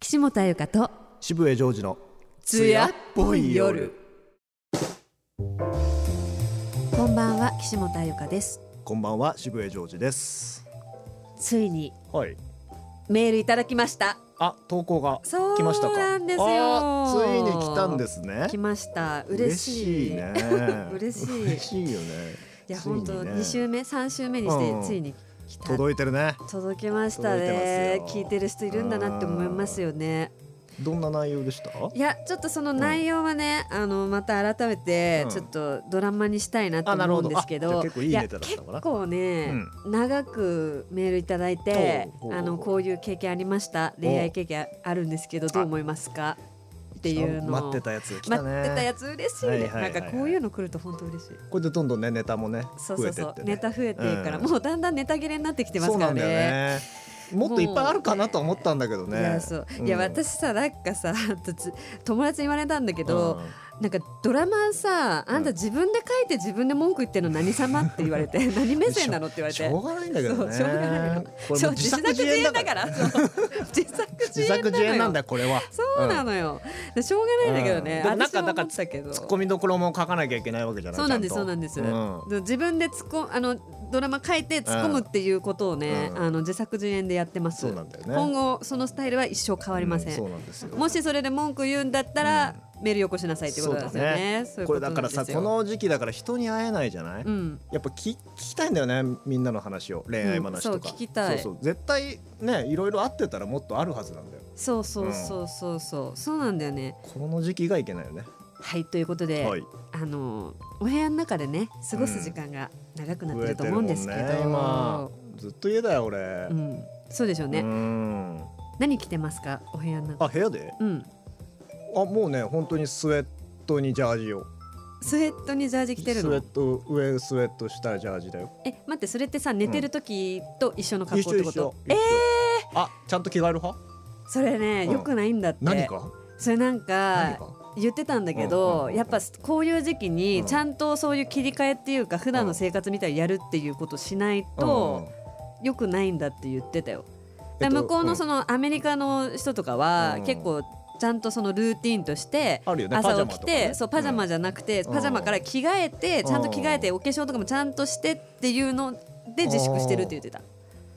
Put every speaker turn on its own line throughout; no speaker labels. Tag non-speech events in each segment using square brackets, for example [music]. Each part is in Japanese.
岸本彩香と
渋谷ジョージの
艶っぽい夜こんばんは岸本彩香です
こんばんは渋谷ジョージです
ついに
はい
メールいただきました
あ投稿が
そう
来ましたか
なんですよ
あーついに来たんですね
来ました嬉しい
嬉しいね
嬉しい
嬉しいよね
いや
ついにね
本当二週目三週目にして
うん
ついに来た
届いてるね
届きましたね
届いてます
聞
よ
いてる人いるんだなって思いますよね
どんな内容でした
いやちょっとその内容はね、あのまた改めて
うん
ちょっとドラマにしたいなと
あなる
思
ほ
うん
ど
ですけ
あじゃ
ど
あ結構いい
や
ネタだったのかな
結構ね、長くメールいただいて
ほうほう
あのこういう経験ありました恋愛経験あるんですけどどう思いますかっていうの
待ってたやつ
待
来た
ってたや
ね
つ嬉しいね、
はいはいはいはい
なんかこういうの来ると本当嬉しい
これでどんどんねネタもね
そう
増
そ
え
う
て
そ
っ
う
てね
ネタ増えてるから、
うん
もうだんだんネタ切れになってきてます
そう
か
な
ら
んだよ
ね
ねもっといっぱいあるかなと思ったんだけど
い
ね
やそういや、
うん
私さなんかさ [laughs] 突友達に言われたんだけど、
うん
なんかドラマさあんた
うん
自分で書いて自分で文句言ってるの何様って言われ
[laughs]
て何目線なのって言われ
してょうがないんだけど
そう
ね
しょうがないよ
これ
そ
も
う
う
自作自演だからそう自作
自作自演なんだ
よ
よこれは
そうなのよ、でしょうがないんだけどね、
うんでもなんか
私も
だから
思ったけど
ツッコミどころも書かなきゃいけないわけじゃない
そうなんです
ちゃ
そうなん
と
んです、
うん
で自分で突っ込むあのドラマ書いて突っ込むっていうことをね、
うん
あの自作自演でやってます
そうなんだよね
今後そのスタイルは一生変わりませ、
うんそうなんですよ
もしそれで文句言うんだったら、メールよこしなさいってことなんですよねそういう
こ
こ
れ
とな
だ
ん
から
ですよ
さこの時期だから人に会えないじゃない、
うん
やっぱ聞聞きたいんだよねみんなの話を恋愛話とか、
うんそう聞きたい
そうそう絶対ねいろいろ会ってたらもっとあるはずなんだよ
そうそうそうそうそうそうなんだよね
この時期がいけないよね
はいということで、
はい
あのお部屋の中でね過ごす時間が長くなってると思うんですけど、
増えてるもんね今ずっと家だよ俺、
うんそうでしょうね、
うん
何着てますかお部屋の中
あ部屋で
うん
あもうね本当にスウェットにジャージを
スウェットにジャージ着てる
スウェ
の
ット上スウェット下ジャージだよ
え待ってそれってさ寝てる時と一緒の格好ってこと、
えあちゃんと着替える派
それね
うん
よくないんだって、
何か
それなん
何
か
か
言ってたんだけ
うんうん
ど、
うんうん
やっぱこういう時期
う
に
ん
ちゃんとそういう切り替えっていうか普段の生活みたいにやるっていうことしない
うんう
と
ん
よくないんだって言ってたよ。だ
えっ
から向
と
こうのそのアメリカの人とかは
うん
結構ちゃんとそのルーティンとして
あるよね
朝
パジャマ
起き
とか
て
ね
そうパジャマじゃなくて、
うん
パジャマから着替えてちゃんと着替えて
う
お化粧とかもちゃんとしてっていうので自粛してるって言ってた。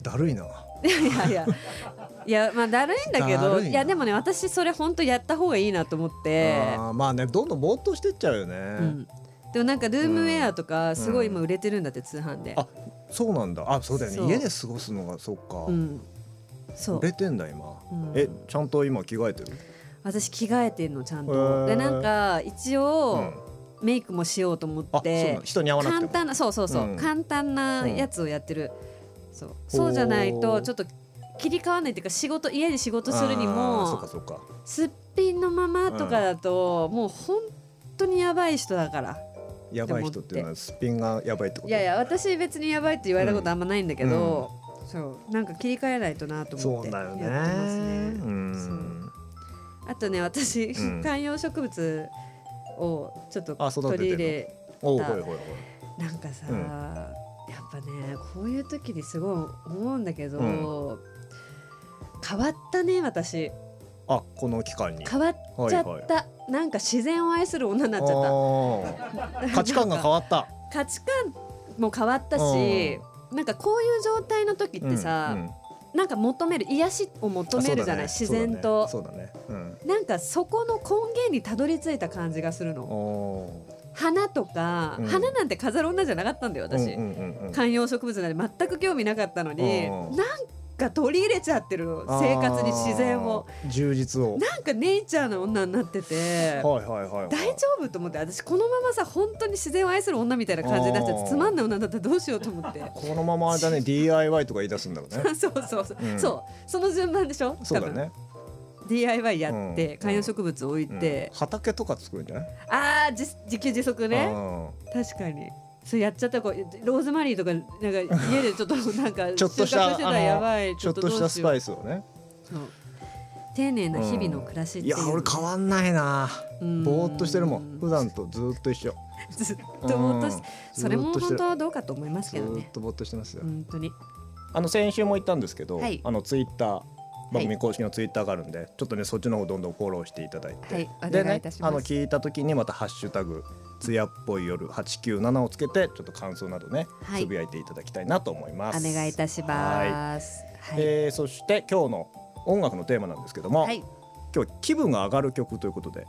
だるいない
やいやいやいやまあだるいんだけ
だ
ど
るいない
やでもね私それ本当やった方がいいなと思って、
あーまあねどんどんぼーっとしてっちゃうよね、
うん、でもなんかルームウェアとかすごい
うん
今売れてるんだって通販で、
あそうなんだあそうだよ
そう
ね家で過ごすのがそっか、
うん、そう
売れてんだ今、
うん
えちゃんと今着替えてる
私着替えてんのちゃん
へ
と
ー
でなんか一
うん
応
あ
メイクもしようと思っ
そうな
て
の、人に合わなくて
簡
も
単なそうそうそう、
うん
簡単なやつをやってる、そうそうじゃないとちょっと切り替わらないっていうか仕事家で仕事するに
あーそう
も
かそうか
すっぴんのままとかだと、もう本当にやばい人だから
やばい人っていうのはすっぴんがやばいってこと
いやいや私別にやばいって言われたことあんまないんだけど、そうなんか切り替えないとなと思
そ
っ
う
て
だよね
やってますね
うん
あとね私、
うん
観葉植物をちょっと
あ育ててるの
取り入れ
おうほいほいほい
なんかさ、
うん
やっぱねこういう時にすごい思うんだけど、
う
変わったね私
あこの期間に
変わっちゃった、なんか自然を愛する女になっちゃった [laughs]
あー価値観が変わった
価値観も変わったし、なんかこういう状態の時ってさ、
うんうん
なんか求める癒しを求めるじゃない、
あ
自
そうだね
然と、
そうだねそうだね
なんかそこの根源にたどり着いた感じがする
うん
の
お
花とか、
うん
花なんて飾る女じゃなかったんだよ
ー
私、
うんうんうんうん
観葉植物なんて全く興味なかったのに、
うん
なんか取り入れちゃってるの生活に自然を
あー充実を
なんかネイチャーの女になってて
はいはいはいはい
大丈夫と思って私このままさ本当に自然を愛する女みたいな感じになっちゃっ
あ
て
ー
つまんない女だったらどうしようと思
[laughs]
って。
このままあれだね DIY とか言い出すんだろうね
[laughs] そうそうそう、
うん
そうその順番でしょ
そうだね、
多分 DIY やって、
うん
観葉植物置い
うん
て、
畑とか作るんじゃない
ああ自自給自足ね
う
確かにそれやっちゃったこうローズマリーとかなんか家でちょっ
[laughs]
となんか
ちょっとし
収
た
穫してたらやばい
んちょっとしたスパ
イ
イスをね
丁寧な日々の暮らしって
い
いう
や
の、
俺変わんないな
うん
ぼーっとしてるもん普段とずーっと一緒
[laughs] ずっとぼーっとし
うん
それも
ずーっとして
本
る
当はどうかと思います
ず
けど
ー
ね
っとぼーっとしてますよ
本当に
あの先週も言ったんですけど
はい
あのツイッター番組公式のツイッターがあるんで、ちょっとねそっちの方どんどんフォローしていただいて、
はいお願
で
い
ね
いたし
あ
ま
の
す、
聞いた時にまた「ハッシュタグつやっぽい夜897」をつけてちょっと感想などね、
はい
つぶやいていただきたいなと思います。
お願いいたしますはい、
えーそして今日の音楽のテーマなんですけども、
はい
今日は気分が上がる曲ということで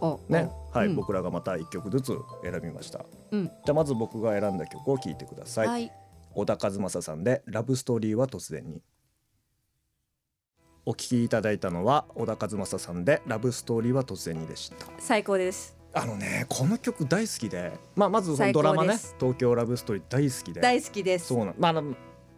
お
ね、はい、
うん
僕らがまた1曲ずつ選びました、
うん
じゃあまず僕が選んだ曲を聴いてください、
はい
小田和正さんで「ラブストーリーは突然に」お聴きいただいたのは小田和正さんで「ラブストーリーは突然に」でした
最高です
あのねこの曲大好きで、まあ、まずその
最
ド
高で
ラ
す
マね「東京ラブストーリー」大好きで
大好きです
そうなんまああの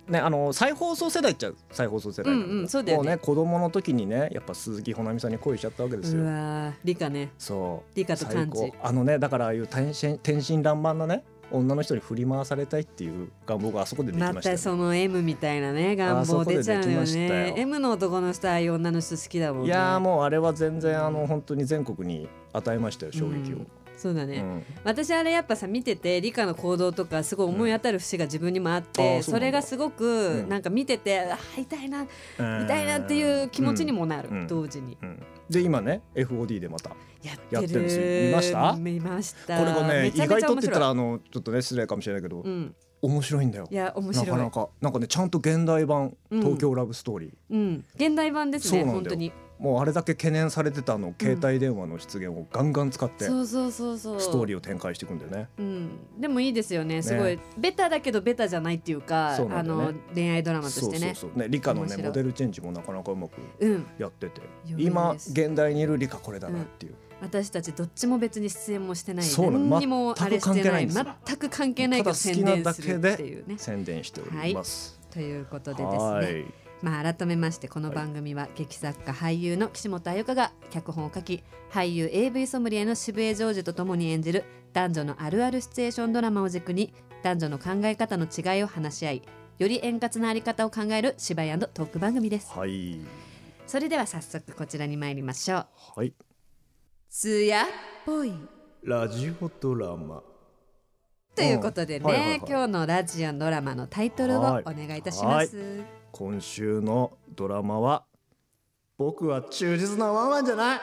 ねあの再放送世代っちゃ再放送世代なんけど
うんうんそうだよね
もうね子供の時にねやっぱ鈴木保奈美さんに恋しちゃったわけです
う
よ
わー理科ね
そう
理科と漢
最
字
高あのねだからああいう天真天真爛漫なね女の人に振り回されたいっていう願望があそこでできま
ま
したよ
た
ね
その M みたいなね願
あそ
望
こで
出
でき
ちゃ
ま
う
した
の
よ
よね M の男の人ああいう女の人好きだもんね
いやーもうあれは全然あの本当に全国に与えましたよ衝撃を、
そうだ
うん
ね、私あれやっぱさ見てて理科の行動とかすごい思い当たる節が自分にもあっ
うんあ
て、
ーそう
そ
なんだ
れがすご
う
く
ん
なんか見てて、あー痛いな痛
うん
いなっていう気持ちに、もなる、
うん
同時に
うんうんで今ね FOD でまたこ
やってる
やってるんですよ見ました
見ました
れがね
め
意
ちゃめ
外
ちゃ
とっ
面
て
白
言っ
い
たらあのちょっとね失礼かもしれないけど、
うん
面白いんだよ
いや面
な
白
か
い
なかなんかねちゃんと現代版「
うん
東京ラブストーリー」
うん現代版です
そう
ね
なんだよ
本当に
もうあれだけ懸念されてたあの携帯電話の出現をガンガン使って
そうそうそうそう
ストーリーを展開していくんだよね。
うん、でもいいですよねすごいベタだけどベタじゃないっていうか
そうな
あ
んだよね
の恋愛ドラマと
そ
し
う
て
そう
ね
そうね理科の
面
ね
白い
モデルチェンジもなかなかうまく
うん
やってて
よい
今
です
現代にいる理科これだなっていう、
私たちどっちも別に出演もしてない
そうなの
何にもあれしてない
全く関係ない
全く関係ないけど
んでただ好
宣
きな
伝
だ
す
け
るっていうね
宣伝しております。
ということでです
は
ね
い
まあ改めましてこの番組は劇作家俳優の岸本彩香が脚本を書き俳優 AV ソムリエの渋江ジョージと共に演じる男女のあるあるシチュエーションドラマを軸に男女の考え方の違いを話し合いより円滑なあり方を考える芝居トーク番組です
はい
それでは早速こちらに参りましょう
はい
つやっぽい
ラジオドラマ
ということでね、
はいはいはい
今日のラジオドラマのタイトルをお
はい
願いいたします。
今週のドラマは僕は忠実なワンワンじゃない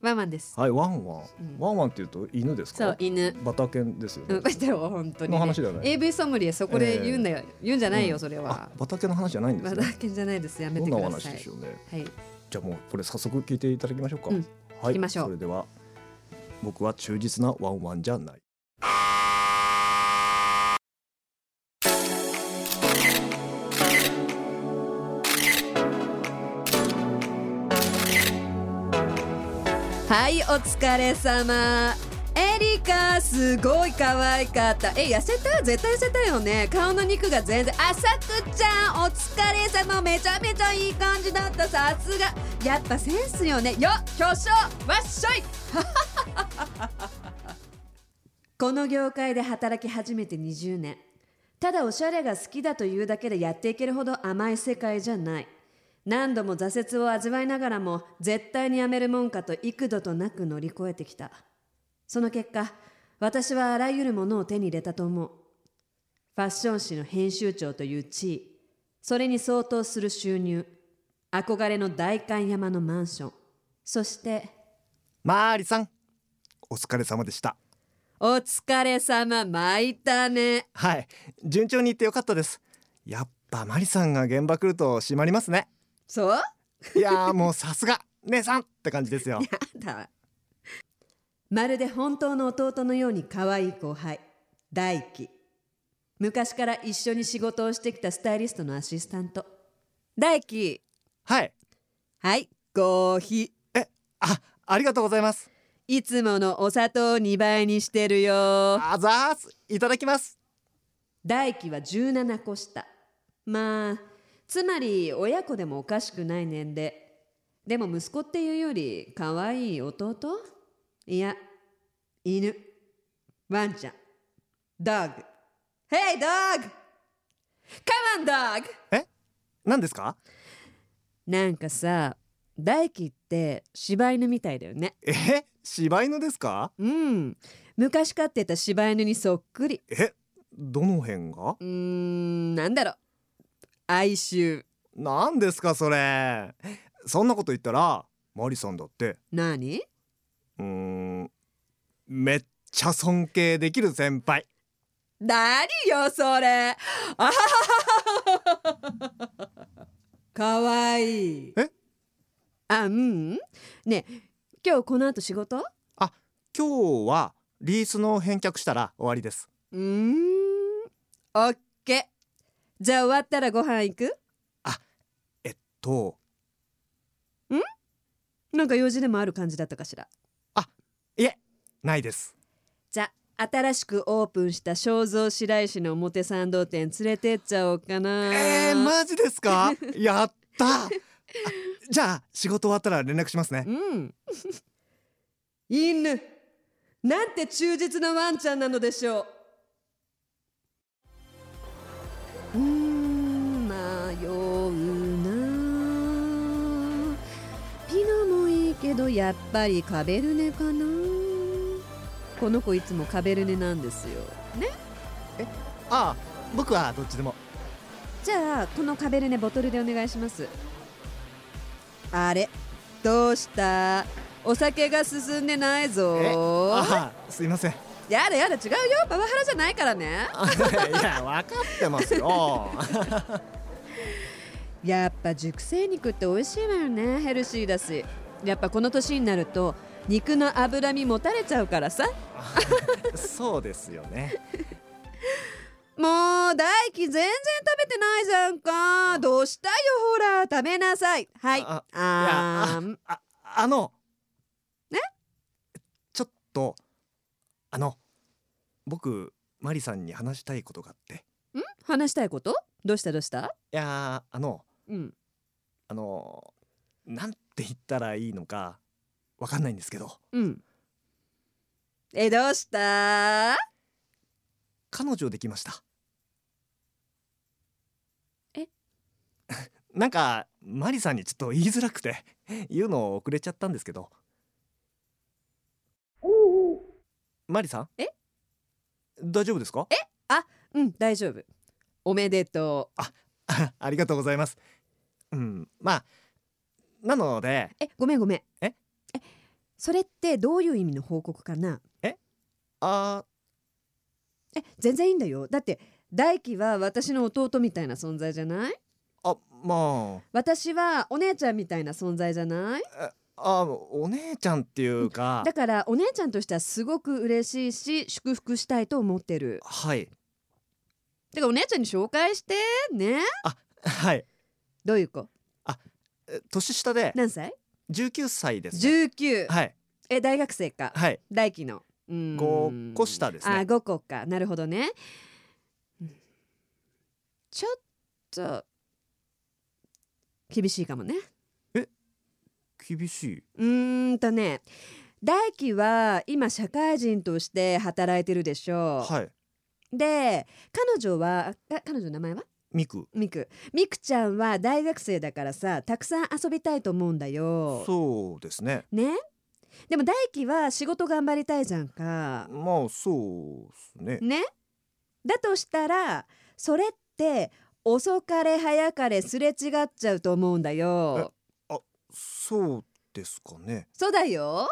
ワンマンです。
はいワンワン、ワンワンっていうと犬ですか
そう犬。
バタ犬 [laughs] ですよ
う
ね
ん、でも本当に、
の話だよね
AV ソムリエそこで言うんだよ、言うんじゃないよそれ
あ
は。
バタ犬の話じゃないんで
ま
す
だ
ね
けんじゃないです。やめ
ど
て
ん
く
なお
だ
話
さ
で
い
し。ょうね
はい。
じゃあもうこれ早速聞いていただきましょうか、
うん
は
聞きましょう
それでは僕は忠実なワンワンじゃない
はい、お疲れ様。エリカすごい可愛かったえ痩せた絶対痩せたよね顔の肉が全然浅くちゃんお疲れ様めちゃめちゃいい感じだったさすがやっぱセンスよねよ表彰わっしょい [laughs] この業界で働き始めて20年ただおしゃれが好きだというだけでやっていけるほど甘い世界じゃない何度も挫折を味わいながらも絶対にやめるもんかと幾度となく乗り越えてきたその結果私はあらゆるものを手に入れたと思うファッション誌の編集長という地位それに相当する収入憧れの代官山のマンションそして
マーリさんお疲れ様でした
お疲れ様巻いたね
はい順調にいってよかったですやっぱマリさんが現場来ると締まりますね
そう
いやーもうさすが姉さんって感じですよ
や [laughs] だまるで本当の弟のように可愛い後輩大輝昔から一緒に仕事をしてきたスタイリストのアシスタント大輝
はい
はいコーヒ
あありがとうございます
ーいつものお砂糖2倍にしてるよ
あざーすいただきます
大輝は17個下まあつまり親子でもおかしくない年齢でも息子っていうより可愛い弟いや犬ワンちゃんドッグ Hey dog! Come on dog!
え何ですか
なんかさ大輝って柴犬みたいだよね
え柴犬ですか
うん昔飼ってた柴犬にそっくり
えどの辺が
うーんなんだろう哀愁
何ですかそれそんなこと言ったらマリさんだって
何
うーんめっちゃ尊敬できる先輩
何よそれあははははかわいい
え
あうんねえ今日この後仕事
今日はリースの返却したら終わりです
うーんオッケーじゃあ終わったらご飯行く
えっと
なんか用事でもある感じだったかしら
いえないです
じゃあ新しくオープンした正蔵白石の表参道店連れてっちゃおうかな
えー、マジです [laughs] かやったあじゃあ仕事終わったら連絡しますね
うん。 [laughs] 犬。なんて忠実なワンちゃんなのでしょう。うーん、迷うな。ピノもいいけど、やっぱりカベルネかな。この子いつもカベルネなんですよ。ね。
ああ僕はどっちでも
じゃあ、このカベルネボトルでお願いします。あれ、どうしたお酒が進んでない
え
ぞ。
ああすいません [laughs] い
やだやだ違うよパワハラじゃないからね
や分かってますよ
やっぱ熟成肉って美味しいわよねヘルシーだしやっぱこの年になると肉の脂身もたれちゃうからさ
[laughs] そうですよね
もう大輝全然食べてないじゃんかどうしたよほら食べなさいはい
あ
あーん
ああのねちょっとあの僕マリさんに話したいことがあって
話したいことどうしたどうした
いやーあの
うん
あのなんて言ったらいいのかわかんないんですけど
うんえどうした
彼女できました
え
[laughs] なんかマリさんにちょっと言いづらくて言うの遅れちゃったんですけどマリさん
え
大丈夫ですか
うん大丈夫おめでと
[laughs] ありがとうございますうんまあなので
うえごめんごめん
え
えそれってどういう意味の報告かな
あ
え全然いいんだよだって大輝は私の弟みたいな存在じゃない
あま
私はお姉ちゃんみたいな存在じゃない
ああお姉ちゃんっていうか
だからお姉ちゃんとしてはすごく嬉しいし祝福したいと思ってる
はい
だからお姉ちゃんに紹介してね
はい
どういう子
え年下で
何歳
19歳ですね、
?19、
はい
え大学生か
はい
大輝のうーん
5個下ですね
あ5個かなるほどねうんちょっと厳しいかもね
厳しいう
ーんとね大輝は今社会人として働いてるでしょう、
はい
で彼女はあ彼女の名前は
ミク
みくみくちゃんは大学生だからさたくさん遊びたいと思うんだよ
そうですね
ねでも大輝は仕事頑張りたいじゃんか
まあそうですね
ねだとしたらそれって遅かれ早かれすれ違っちゃうと思うんだよ
そうですかね
そうだよ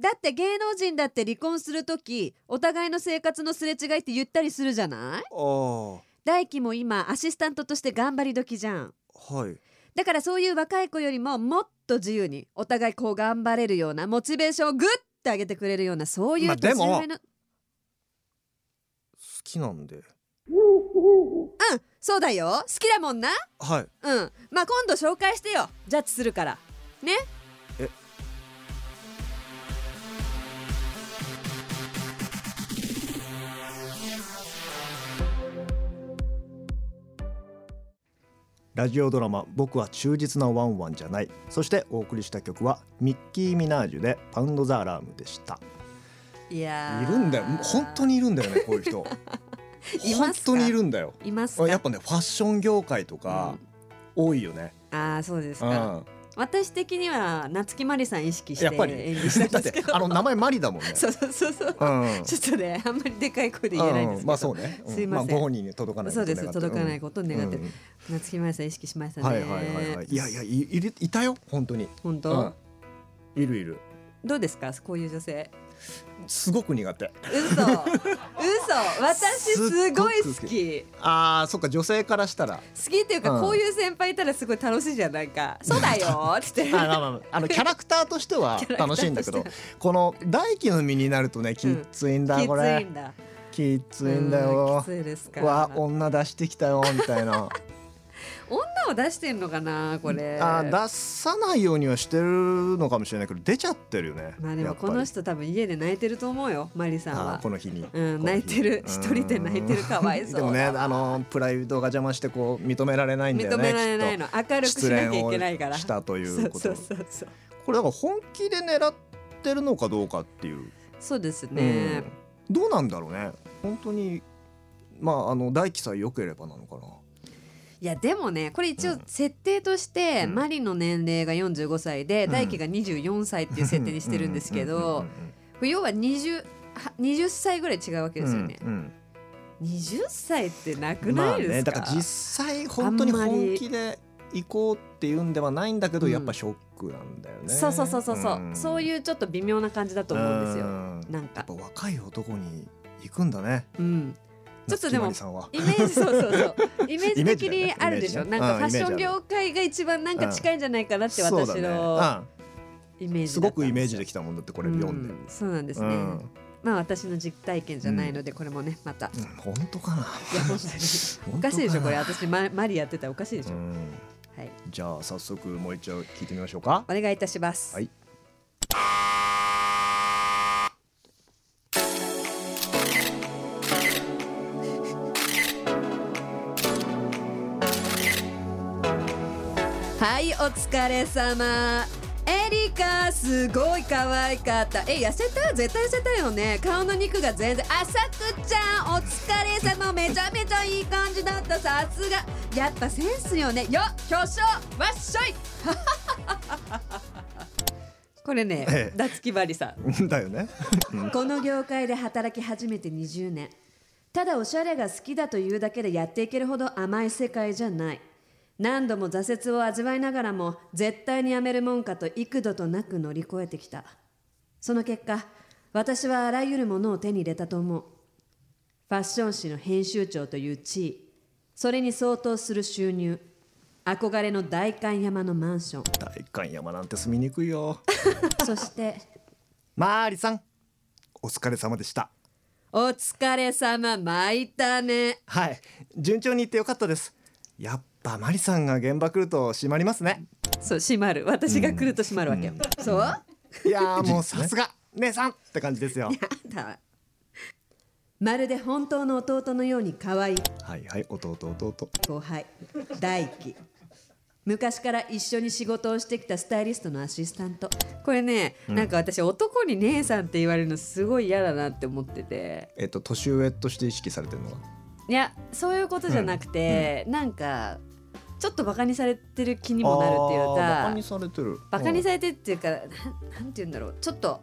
だって芸能人だって離婚する時お互いの生活のすれ違いって言ったりするじゃない
ああは
大輝も今アシスタントとして頑張り時じゃん
い
だからそういう若い子よりももっと自由にお互いこう頑張れるようなモチベーションをグッて上げてくれるようなそうい
まあ
う
で
年
も
上の、
好きなんで
うんそうだよ好きだもんな
はい
うんまあ今度紹介してよジャッジするからね
えラジオドラマ「僕は忠実なワンワンじゃない」そしてお送りした曲はミッキー・ミナージュで「パウンド・ザ・アラーム」でした
いやー
いるんだよ本当にいるんだよねこういう人
[laughs] い
本
ますか
当にいるんだよ
いますか
やっぱねファッション業界とか多いよね、
ああそうです
う
か、
ん
私的には夏木マリさん意識して
やっぱり
演技したん
[laughs] だ
です
っ
け
て
ど
あの名前マリだもん
[laughs]
ね。
そうそうそうそう
うん
ちょっとねあんまりでかい声で言えないんです
う
けど、
まあそうね、うん
すいません
あ、ご本人に届かない
そうです
ことを願って
届かないことを願って、
うん
夏木マリさん意識しましたね
はいはいはいはい。いやいやいいるいたよ本当に。
本当、
うん、いるいる。
どうですかこういう女性
すごく苦手
[laughs]
嘘嘘私すごい好き
ああそっか女性からし
[laughs]
たら。
好きっていうか、
うん
こういう先輩いたらすごい楽しいじゃんなんかそうだよーっつっ
[laughs]
て
あまあまああのキャラクターとしては
[laughs] キャラクター
楽
として
しい
は
んだけどこの大輝の身になるとねきっついんだ、
き
こ
つい
れ
んだ
きっついんだよ
きついですか
わ女出してきたよみたいな
女を出してんのかな [laughs] これ
あー出さないようにはしてるのかもしれないけど出ちゃってるよね
まあでもこの人多分家で泣いてると思うよマリさん
あ
は
ーこの日に、
うん泣いてる一人で泣いてるかわいそう
でもねあのプライドが邪魔してこう認められないんだよ
認
ね
められないの明るくしなきゃいけないから
きっと失恋をしたということ
そうそうそうそう
これだから本気で狙ってるのかどうかっていう、
そうですね、
うんどうなんだろうね本当にまああの大輝さえ良ければなのかない
やでもねこれ一
う
応
ん
設定として、
うん
マリの年齢が45歳で、
うん
大輝が24歳っていう設定にしてるんですけ
う
ど
んう
これ要は 20, は20歳ぐらい違うわけで
んうん
すよね、
うんうん
20歳ってなく
うんま
な
あ
いで
ね
すか、
だから実際本当に本気で行こうっていうんではないんだけど、
うん
やっぱショックなんだよね
そうそうそうそうそう、そう
う
いうちょっと微妙な感じだと思うんですよ、
ん
なん
やっ
か
ぱ若い男に行くんだね
うんちょっとでも
夏木マリさんは
イメージそうそ
[laughs]
うそうイメージ的
イメージだ
に
ね
あるでしょ、
イ
な
メージね
んか
うん
ファッショ
イメー
ン
ジある
業界が一番なんか近いんじゃないかなって
そう
私
だね
の
う
イメー
ん、
ジ
す
だ
ご
ったんです
く
よ
イメージできたもんだってこれ読んで、
うそうなんです
う
ね、
ん
まあ私の実体験じゃないのでこれもねまた、
うん本当かない
や本当におかしいでしょこれ私ママリやってたらおかしいでし
う
ょ、
ん
はい
じゃあ早速もう一度聞いてみましょうか
お願いいたします、
はい
はいお疲れ様エリカすごい可愛かったえ痩せた絶対痩せたよね顔の肉が全然浅くちゃんお疲れ様めちゃめちゃいい感じだったさすがやっぱセンスよねよ巨匠わっしょいこれ
え
ね
え
夏木バリさん
[laughs] だよね
この業界で働き始めて20年ただおしゃれが好きだというだけでやっていけるほど甘い世界じゃない何度も挫折を味わいながらも絶対にやめるもんかと幾度となく乗り越えてきたその結果私はあらゆるものを手に入れたと思うファッション誌の編集長という地位それに相当する収入憧れの代官山のマンション
大観山なんて住みにくいよ
そして
マーリさんお疲れ様でした
お疲れ様巻いたね
はい順調にいってよかったですやっぱマリさんが現場来ると閉まりますね
そう閉まる私が来ると閉まるわけよ、そう [laughs] や
いやーもうさすが姉さんって感じですよ
だまるで本当の弟のように可愛い
はいはい弟弟
後輩大輝昔から一緒に仕事をしてきたスタイリストのアシスタントこれね、なんか私男に姉さんって言われるのすごい嫌だなって思ってて
えっと年上として意識されてるのが
いやそういうことじゃなくて、なんかちょっとバカにされてる気にもなるっていうか
バカにされてる
バカに
れ
されてっていうかなんなんて言うんだろうちょっと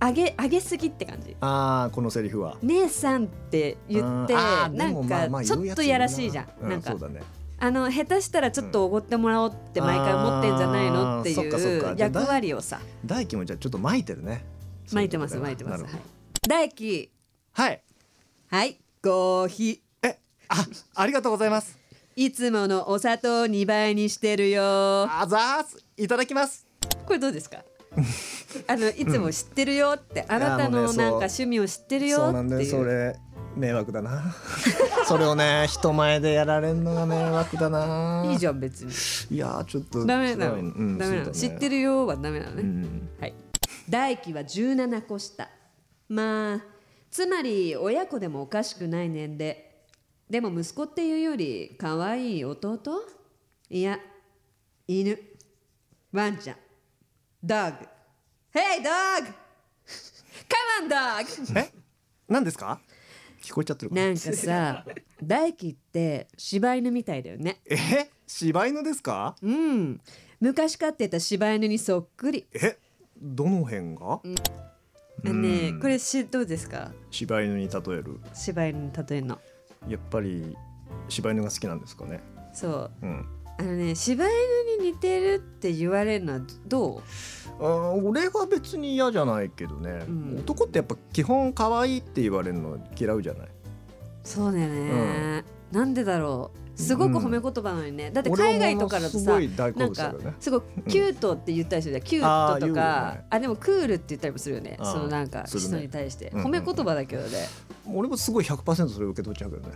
あ上げ上げすぎって感じ
ああこのセリフは
姉さんって言って
うんあー
な
でも
ん
まあま
か
あ
ち
言
ょ
う
っ
や
と
ついる
やらしいじゃ
うん
なんか
そうだね
あの下手したらちょっとおごってもらおうって毎回思ってんじゃないのって
あーそっかそっ
い
か
う
じゃあ
役割をさ
大輝もじゃあちょっと巻いてるね
巻いてます
そう
巻
う
い
こ
て
と
ま
だ
す
な
は
るほ
い
ど
大輝
はい
はいコーヒ
えあありがとうございます
ーいつものお砂糖2倍にしてるよ
あざーすいただきます
これどうです
[laughs]
かあのいつも知ってるよって、あなた
いやもう
のな
ね
ん
そう
か趣味を知ってるよ
そうな
っ
ん
て
だよ
いう
それ迷惑だな [laughs] それをね人前でやられんのが迷惑だない
いじ
ゃ
ゃん別に
んいやーちょっと
ダメなの、
うん
ダメなの、知って、るよはダメなのね、
そうだねうん、
はい、大輝は17個下まあつまり親子でもおかしくない年齢でも息子っていうより可愛い弟いや犬ワンちゃんドッグ Hey dog! Come on dog!
え何ですか聞こえちゃってる
なんかさ大輝って柴犬みたいだよね
え柴犬ですか
うん昔飼ってた柴犬にそっくり
えどの辺が、
うん
う
あ
ん
ねこれしどうですか
柴犬に例える
柴犬に例えるの
やっぱり柴犬が好きなんですかね
そう
うん
あのね柴犬に似てるって言われるのはどう
あー俺は別に嫌じゃないけどね、
うん
男ってやっぱ基本可愛いって言われるの嫌うじゃない
そうだよね、なんでだろうすごく褒め言葉なのにね、だって
俺は
海外とかだとさ
ものすごい大好
なん
物だ
か
けどね
すごいキュートって言ったりするじゃん、キュ
あ
ー
ー
トと
言う
かあ,、
よね
でもクールって言ったりもするよね
あー
そのなんか
するね
人に対して、
うんうん
褒め言葉だけどね
俺もすごい100%それを受け取っちゃうけ
[laughs]
どね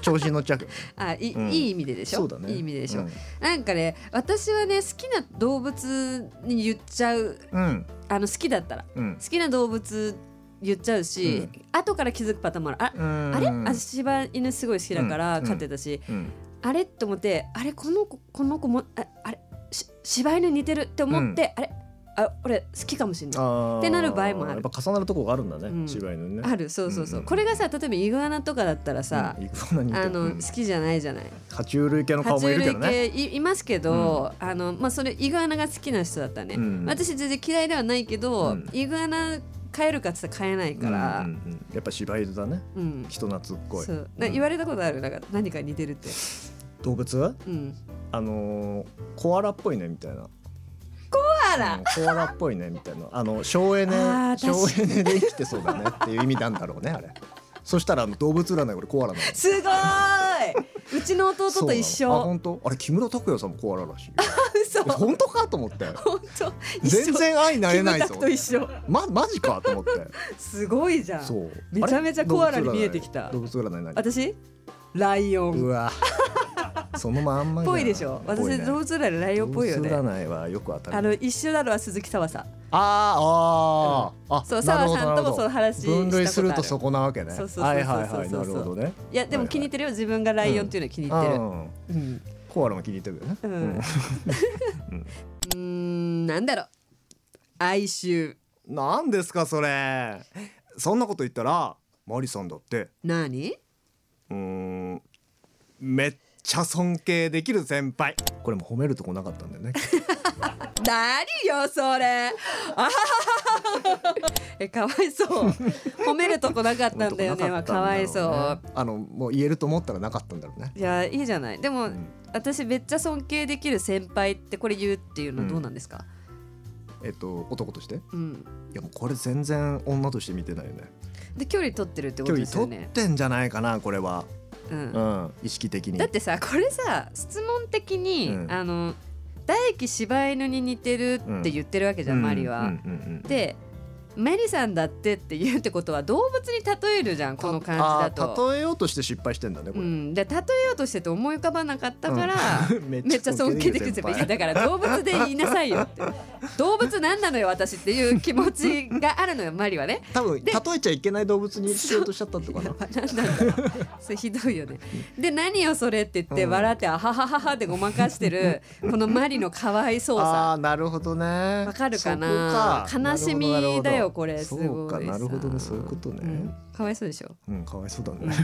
調子に乗っちゃうけどね
あい,、
うん
いい意味ででしょ
そうだね
いい意味ででしょ、
うん
なんかね私はね好きな動物に言っちゃう
うん
あの好きだったら
うん
好きな動物言っちゃうし、後から気づくパターンもあるあ,、
うん
あれあ柴犬すごい好きだから
うん
飼ってたし、
うん
あれと思ってあれこの子この子もああれし柴犬似てるって思って、あれあ俺好きかもしれない
っ
ってなる場合もある
やっぱ重なるとこがあるんだね、
うん
柴犬ね
あるそうそうそう、
うん
これがさ例えばイグアナとかだったらさ、
うんいくらに似て
あ
る
の
う
好
ん
きじゃないじゃない
爬虫類系の
爬
顔も
虫
いるけ
類
どね
系いいますけど、あのまあそれイグアナが好きな人だったね、
うん
私全然嫌いではないけど、
うん
イグアナ飼えるかって言ったら飼えないから、
うんうんうんやっぱ柴犬だね
うん
人懐っこい
そうな
うん
言われたことあるなんか何か似てるって、
動物
うん、
あのーコアラっぽいねみたいな
あら
うんコアラっぽいねみたいなあの省エネ
あー
省
確
エネで生きてそうだねっていう意味なんだろうねあれそしたらあの動物占い俺コアラなの
すご
[laughs]
ーいうちの弟
そう
と
なの
一
あ
緒
本当あれ木村拓哉さんもコアラらしいよ
嘘 [laughs] 本
本当かと思って
当一緒
全然愛なれない
キム
ぞ
タクと一緒
まマジかと思って
すごいじゃん
そう
めちゃめちゃ
あれ
コアラに見えてきた
動物占い動物占い何
私ライオ
う
ンっ
わそのまんまじゃん
ぽいでしょ
ぽい
私
ね
動物占いライオンっぽいよね
動物占いはよく当たる
あの一緒なのは鈴木沢さん
あーあー、あ
そう
な
澤
るほど
さんともその話した
なるほど分類する
こと
と
あ
そ
る
こなわけね
そうそうそうそうそう
はいはいはいなるほどね
いやでも気に入ってるよ自分がライオンっていうのは気に入ってる
うん
うん
コアラも気に入ってるよね、
うん [laughs] うーんなんだろう哀愁
うんなんですかそれそんなこと言ったらマリさんだって
何
うーんめっちゃ尊敬できる先輩これも褒めるとこなかったんだよね
何よそれあははははえかわいそう褒めるとこなかったんだよね
褒め
は
るとこなっ
かわ
たんだろうね
いそう
あのもう言えると思ったらなかったんだろうね
いやいいじゃないでも、
ん
私めっちゃ尊敬できる先輩ってこれ言うっていうのはどうなんですか、
えっと男としてい
うん
やもうこれ全然女として見てないよね
で距離取ってるってこ
距
と
離
ですよ
取っ
ね、
てんじゃないかなこれは、
うん
うん、意識的に
だってさこれさ質問的に、
うん
あの大輝柴犬に似てるって言ってるわけじゃん、マリは。
うんうんうんうん
でメリさんだってって言うってことは動物に例えるじゃんこの感じだ
あ
と。
ー例えようとして失敗してんだねこ
う
れ、
ん、で例えようとしてて思い浮かばなかったから、
[laughs]
[laughs]
め
めっちゃ尊敬できる先輩いやだから動物で言いなさいよって動物なんなのよ私っていう気持ちがあるのよマリはね [laughs]
多分例えちゃいけない動物にしようとしちゃったってことかな
なんなんだろうそれひどいよねで何よそれって言って
うん
笑ってあははははってごまかしてる [laughs] このマリのかわいそうさ
あーなるほどねわ
わかるかな悲しみだよこれすごい
そうか
さ
なるほどねそういうことね
うんかわいそうでしょ
うん、かわいそうだね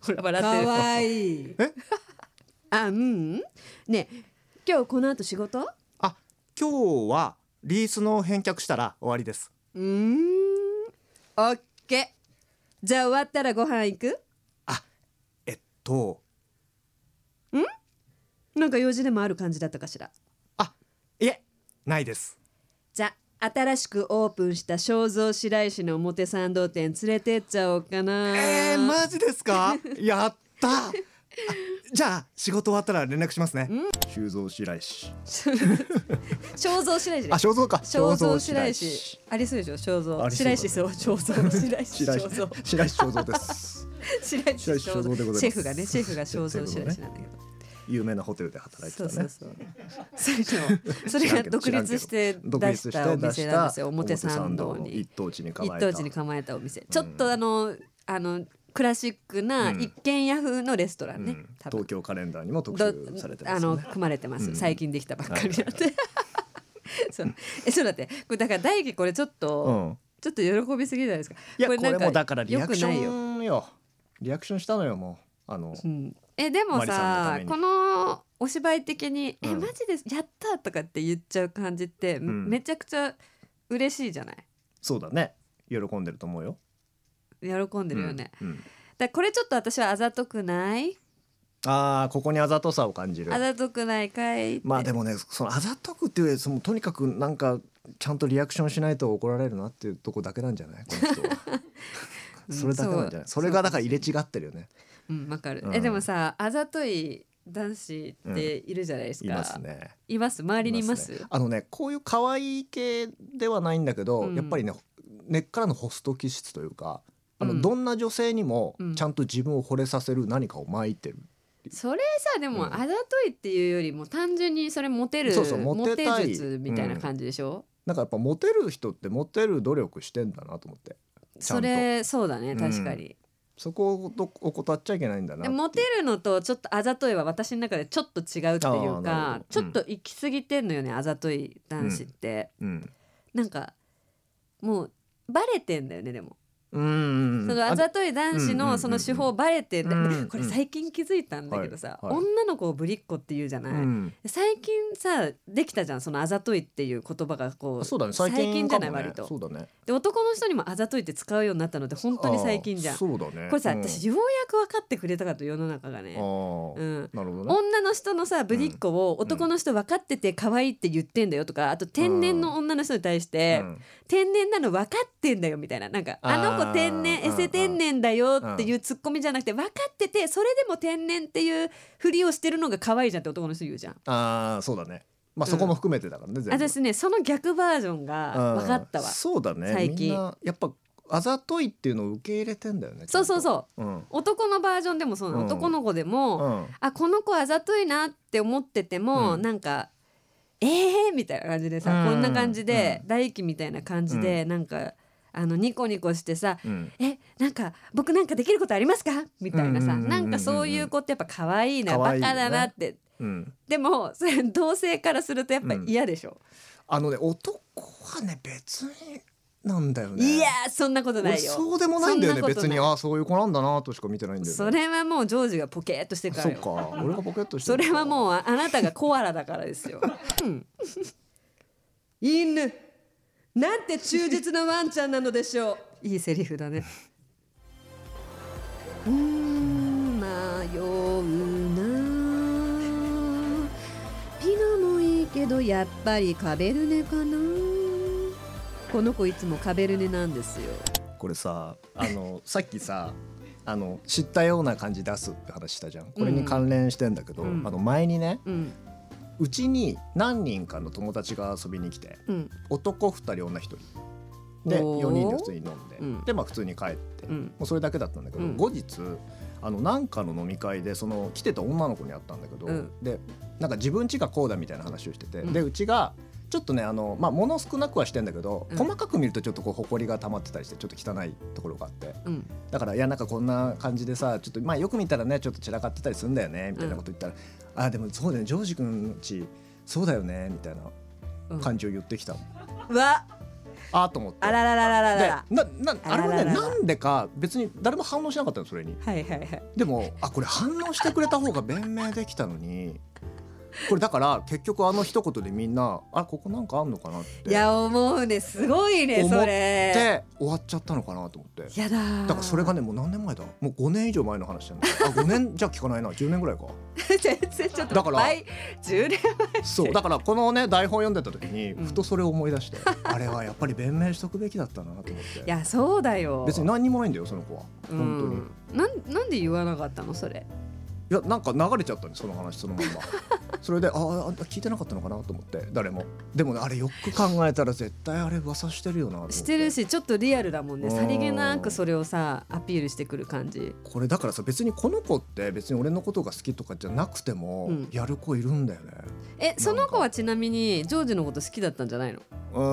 ほら笑ってる
いい
[laughs] あうんねえ今日この後仕事
あ今日はリースの返却したら終わりです
うーんオッケーじゃあ終わったらご飯行く
えっと
なんか用事でもある感じだったかしら
あいえないです
じゃあ新しくオープンした正蔵白石の表参道店連れてっちゃおうかな
えー、マジで
[laughs]
すかやったあじゃあ仕事終わったら連絡しますね修造白石
肖像白石
あ肖像か
肖像白石ありそうでしょ肖像
ありそう
白
だね
石そう肖像白石
白
肖
石
像
白石肖
[laughs]
像です
白石
白石肖像でございます
シェフがねシェフが肖像
シェ
白
フのね
石なんだけど
有名なホテルで働いてた
そう
ね
そうそう。それのそれが独立して
独
出
立
し
して
たお
出
店なんですよ。表参道
の
に
一
一
等地に構えた
等地に構えたお店。ちょっとあのあのクラシックな
うん
一軒家風のレストラ
う
ン
ん
ね。多分
東京カレンダーにも特
ど
集されてま
あ
すよ
の
ね
組まれてます、
うん
最近できたばっかりだって。 [laughs] そうえそうだってこれだから大輝これちょっと、
うん
ちょっと喜びすぎじゃないですか。
いやこ
なん
れもだからリアクシ
良くないよ
ョンよリアクションしたのよもうあの
うん、ええでも
マリさ
さ
んのために
このお芝居的に「え
うん
マジですやった!」とかって言っちゃう感じって、
ん
めちゃくちゃ嬉しいじゃない
そうだね喜んでると思うよ。
喜んでるよね、
うんうん
だからこれちょっと私はあざとくない
ああここにあざとさを感じる
あ。ざとくないかいって
まあでもねそのあざとくっていうよりそのとにかくなんかちゃんとリアクションしないと怒られるなっていうとこだけなんじゃないこの人は
[laughs] うん
それだけなんじゃないそれがだから入れ違ってるよね
うんわかる、
うん
えでもさあざとい男子っているじゃないです
い
か、
ますね
います周りにいます
いねあのねこういう可愛い系ではないんだけど、
うん
やっぱりね根っからのホスト気質というかあの、
うん
どんな女性にも
うん
ちゃんと自分を惚れさせる何かを巻いてる、
それさで
う
も
ん
あざといっていうよりも単純にそれモテる
そうそうモテたい
術みたいな感じでしょ、
なんかやっぱモテる人ってモテる努力してんだなと思ってちゃん
そ
と
れそうだね
うん
確かに、
そこをど怠っちゃいけないんだな
でモテるのとちょっとあざといは私の中でちょっと違うってい
あー
う
な
か
る、ほ
ち
ど
ょっと行き過ぎてんのよねあざとい男子って、
うん
なんかもうバレてんだよねでも、
うんうんうん
そのあざとい男子
うんうんうんう
の
ん
その手法バレてんだ、
うんうん
これ最近気づいたんだけどさ、
はいはい
女の子をぶりっ子って言うじゃない、
うん
最近さできたじゃんそのあざといっていう言葉がこう
そうだね最近
じゃない
かもね
割と
そうだね
で男の人にもあざといって使うようになったのって本当に最近じゃ
あ
ん
ー
こ
そうだね
れさ、
うん
私ようやく分かってくれたかと世の中が
あ
ね、
ー
うん、
なるほどね
女の人のさぶりっ子を男の人分かってて可愛いって言ってんだよとかあと天然の女の人に対して、
うん
天然なの分かってんだよみたいななんか
あー
あの子天然エセ天然だよっていうツッコミじゃなくて分かっててそれでも天然っていうふりをしてるのが可愛いじゃんって男の人言うじゃん。
ああそうだねまあそこも含めてだからね全部
私ねその逆バージョンが分かったわ
うん。そうだね
最近
みんなやっぱあざといっていうのを受け入れてんだよね
そうそう
う
そう
うん
男のバージョンでもそうなの、
うん
男の子でも、
うん
あこの子あざといなって思ってても、
うん
なんか「えー!」みたいな感じでさ、
うん
こんな感じで、
う
大輝みたいな感じで、なんかあのニコニコしてさ
うん
「えなんか僕なんかできることありますか?」みたいなさ、
うんうんうんうんうん
なんかそういう子ってやっぱ可愛いな
可愛いよ
バ
ね
カだなって
うん
でも [laughs] それ同性からするとやっぱ
うん
嫌でしょ、
あのね男はね別になんだよね
いやーそんなことな
俺
いよ
そうでもないんだよね
そなこと
別
ない
にああそういう子なんだなとしか見てないんだよね
それはもうジョージがポケーっとしてるから
そ
よ
っか俺がポケットして
それは
う
もうああなたがコアラだからですよ。うん、犬なんて忠実なワンちゃんなのでしょう。いいセリフだね。うーん迷うなピノもいいけどやっぱりカベルネかなこの子いつもカベルネなんですよ
これさあのさっきさあの知ったような感じ出すって話したじゃんこれに関連してんだけど、
うん
あの前にね
うん
うちに何人かの友達が遊びに来て
うん
男2人女1人で
おー
4人で普通に飲んで、
うん
でまあ普通に帰って、
うん
もうそれだけだったんだけど、
うん
後日あのなんかの飲み会でその来てた女の子に会ったんだけど、
うん
でなんか自分家がこうだみたいな話をしてて、
うん
でうちがちょっとねあの、まあ、物少なくはしてんだけど、
うん
細かく見るとちょっとこう埃が溜まってたりしてちょっと汚いところがあって
うん
だからいやなんかこんな感じでさちょっとまあよく見たらねちょっと散らかってたりするんだよねみたいなこと言ったら、あでもそうだよねジョージ君ちそうだよねみたいな
うん
感じを言ってきたの、
うわ
あーと思って。
あららららららら
でななあ
あ
れ
ららら
はねなんでか別に誰も反応しなかったのそれに
はいはいはい [laughs]
でもあこれ反応してくれた方が弁明できたのにこれだから結局あの一言でみんなあここなんかあんのかなっ
い
て
や思うねすごいね
思って
それ
で終わっちゃったのかなと思って
やだー
だからそれがねもう何年前だもう5年以上前の話なんだあ5年じゃ聞かないな10年ぐらいか
全然 [laughs] ちょっと
だから
倍10年 [laughs]
そうだからこのね台本読んでた時に
うん
ふとそれを思い出して、あれはやっぱり弁明しとくべきだったなと思って
い [laughs] やそうだよ
別に何にもないんだよその子は
う
本当
ん
に。
なんなんで言わなかったのそれ
いやなんか流れちゃったんですその話そのまん
[laughs]
まそれであああんた聞いてなかったのかなと思って誰もでもねあれよく考えたら絶対あれ噂してるよなと思って
してるしちょっとリアルだもんね
うん
さりげなくそれをさアピールしてくる感じ
これだからさ別にこの子って別に俺のことが好きとかじゃなくても、
うん
やる子いるんだよね
えその子はちなみにジョージのこと好きだったんじゃないの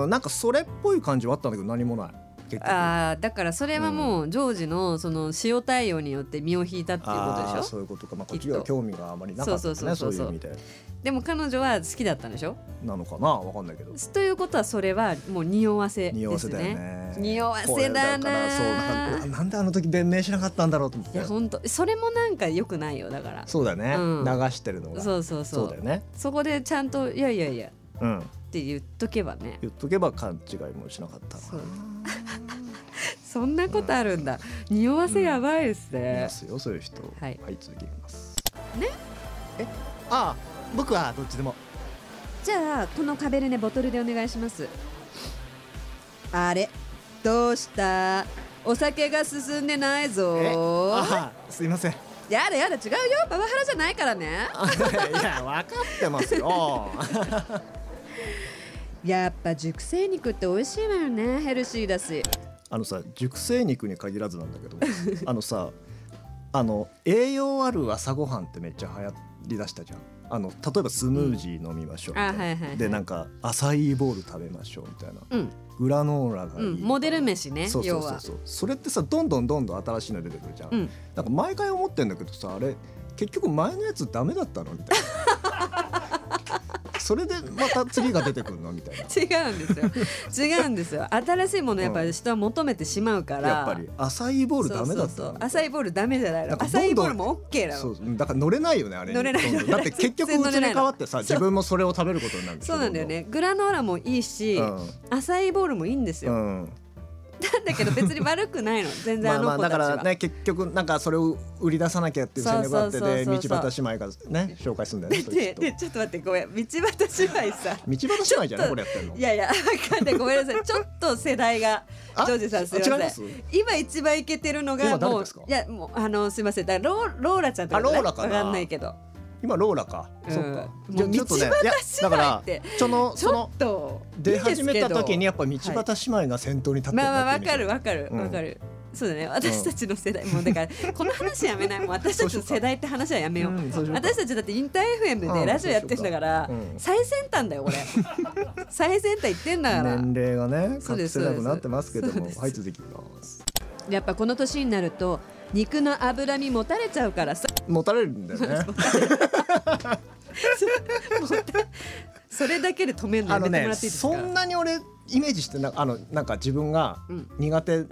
うんなんかそれっぽい感じはあったんだけど何もない結局
あーだからそれはもうジョージのその潮対応によって身を引いたっていうことでし
あー
ょ
そういうことか、まあ、
きっ
こっ
と
ちは興味があまりなかった
そ
ね
う
そ
そううそうそう
いう意味で
でも彼女は好きだったんでしょ
なのかなわかんないけど
ということはそれはもう匂わせですね
匂わせだよね
匂わせだな
これからそうなんかななんであの時弁明しなかったんだろうと思っ
い
て
や本当それもなんか良くないよだから
そうだね、
うん
流してるのが
そうそうそう
だよね
そこでちゃんと「いやいやいや」
うん
って言っとけばね
言っとけば勘違いもしなかったのか
そうそんなことあるんだ匂わせやばいです
な、 [laughs] いま
ね、
すよそういう人
はい
続きます
ね
えああ僕はどっちでも
じゃあこのカベルネボトルでお願いしますあれどうしたお酒が進んでない
え
ぞ
ああすいません [laughs] い
やだやだ違うよパワハラじゃないからね
や分かってますよ [laughs]
やっぱ熟成肉って美味しいわよねヘルシーだし
あのさ熟成肉に限らずなんだ
[laughs]
けどあのさあの栄養ある朝ごはんってめっちゃ流行りだしたじゃんあの例えばスムージー飲みましょう、
あはいはいはい
でなんかアサイーボール食べましょうみたいな
うん、
グラノーラが
う
いい、
ん、モデル飯ね
そうそう
要
そ
は
うそうそれってさどんどんどんどん新しいの出てくるじゃん、
うん
なんか毎回思ってんだけどさあれ結局前のやつダメだったのみたい
[laughs]
なそれでまた次が出てくるのみたいな
違うんですよ違うんですよ新しいものやっぱり人は求めてしまうから、
やっぱりアサイーボールダメだっ
そう
た
そう
の
そうアサイーボールダメじゃない
なん
の
か
ア
どんどん
サイーボールも OK な
そ
の
うだから乗れないよねあれに
乗れない
どんどんだって結局
全
う
然
ち
乗れな
に
い
変わってさ自分もそれを食べることになるでしょ
そうなんだよねグラノーラもいいし、
どんどん
アサイーボールもいいんです
う
よ、
ん、うん
なんだけど別に悪くないの全然
ま
あ
あま
の
あ
子た
だ
ちは、
からね結局なんかそれを売り出さなきゃっていう戦略があって
そうそう
で
そ
道
うそう
端姉妹がね紹介するんだよね
ででちょっと待ってごめん道端姉妹さ
道端姉妹じゃないこれやってんの
いやいや分かんないごめんなさいちょっと世代が
あ
ジョージさんすいません
違います
今一番イケてるのが
今誰
もう
ですか
いやもうあのすいませんだからローローラちゃんとか、ね、
あローラかな
わかんないけど
今ローラか、
うん
そっか
もう
じゃあちょっとね
道端
いやだか
姉
ら
妹って
その
ち
そ
ょ
の
っと
出始めた時
い
に
いです
やっぱ道端姉妹が先頭に立っ
けど
て
ま
る
あまあ
なっ
わ
て
かるわかる
うん
わかる、そうだね私たちの世代、もうだからこの話やめないもう
[laughs]
私たちの世代って話はやめよう
うんそうしようか
私たちだってインター FM
う
で
ん
ラジオやってんだから、
うん
最先端だよ
[laughs]
これ最先端言ってんだから
年齢がね
そうで
隠
す
せなくなってますけど
そう
も
です
はい続きます
やっぱこの年になると肉の脂身もたれちゃうからさ
持たれる
[laughs]
んだよね
それだけで止めるの
あ
や
の
めても
ね
らっていいですか
そんなに俺イメージしてなあのなんか自分が
うん
苦手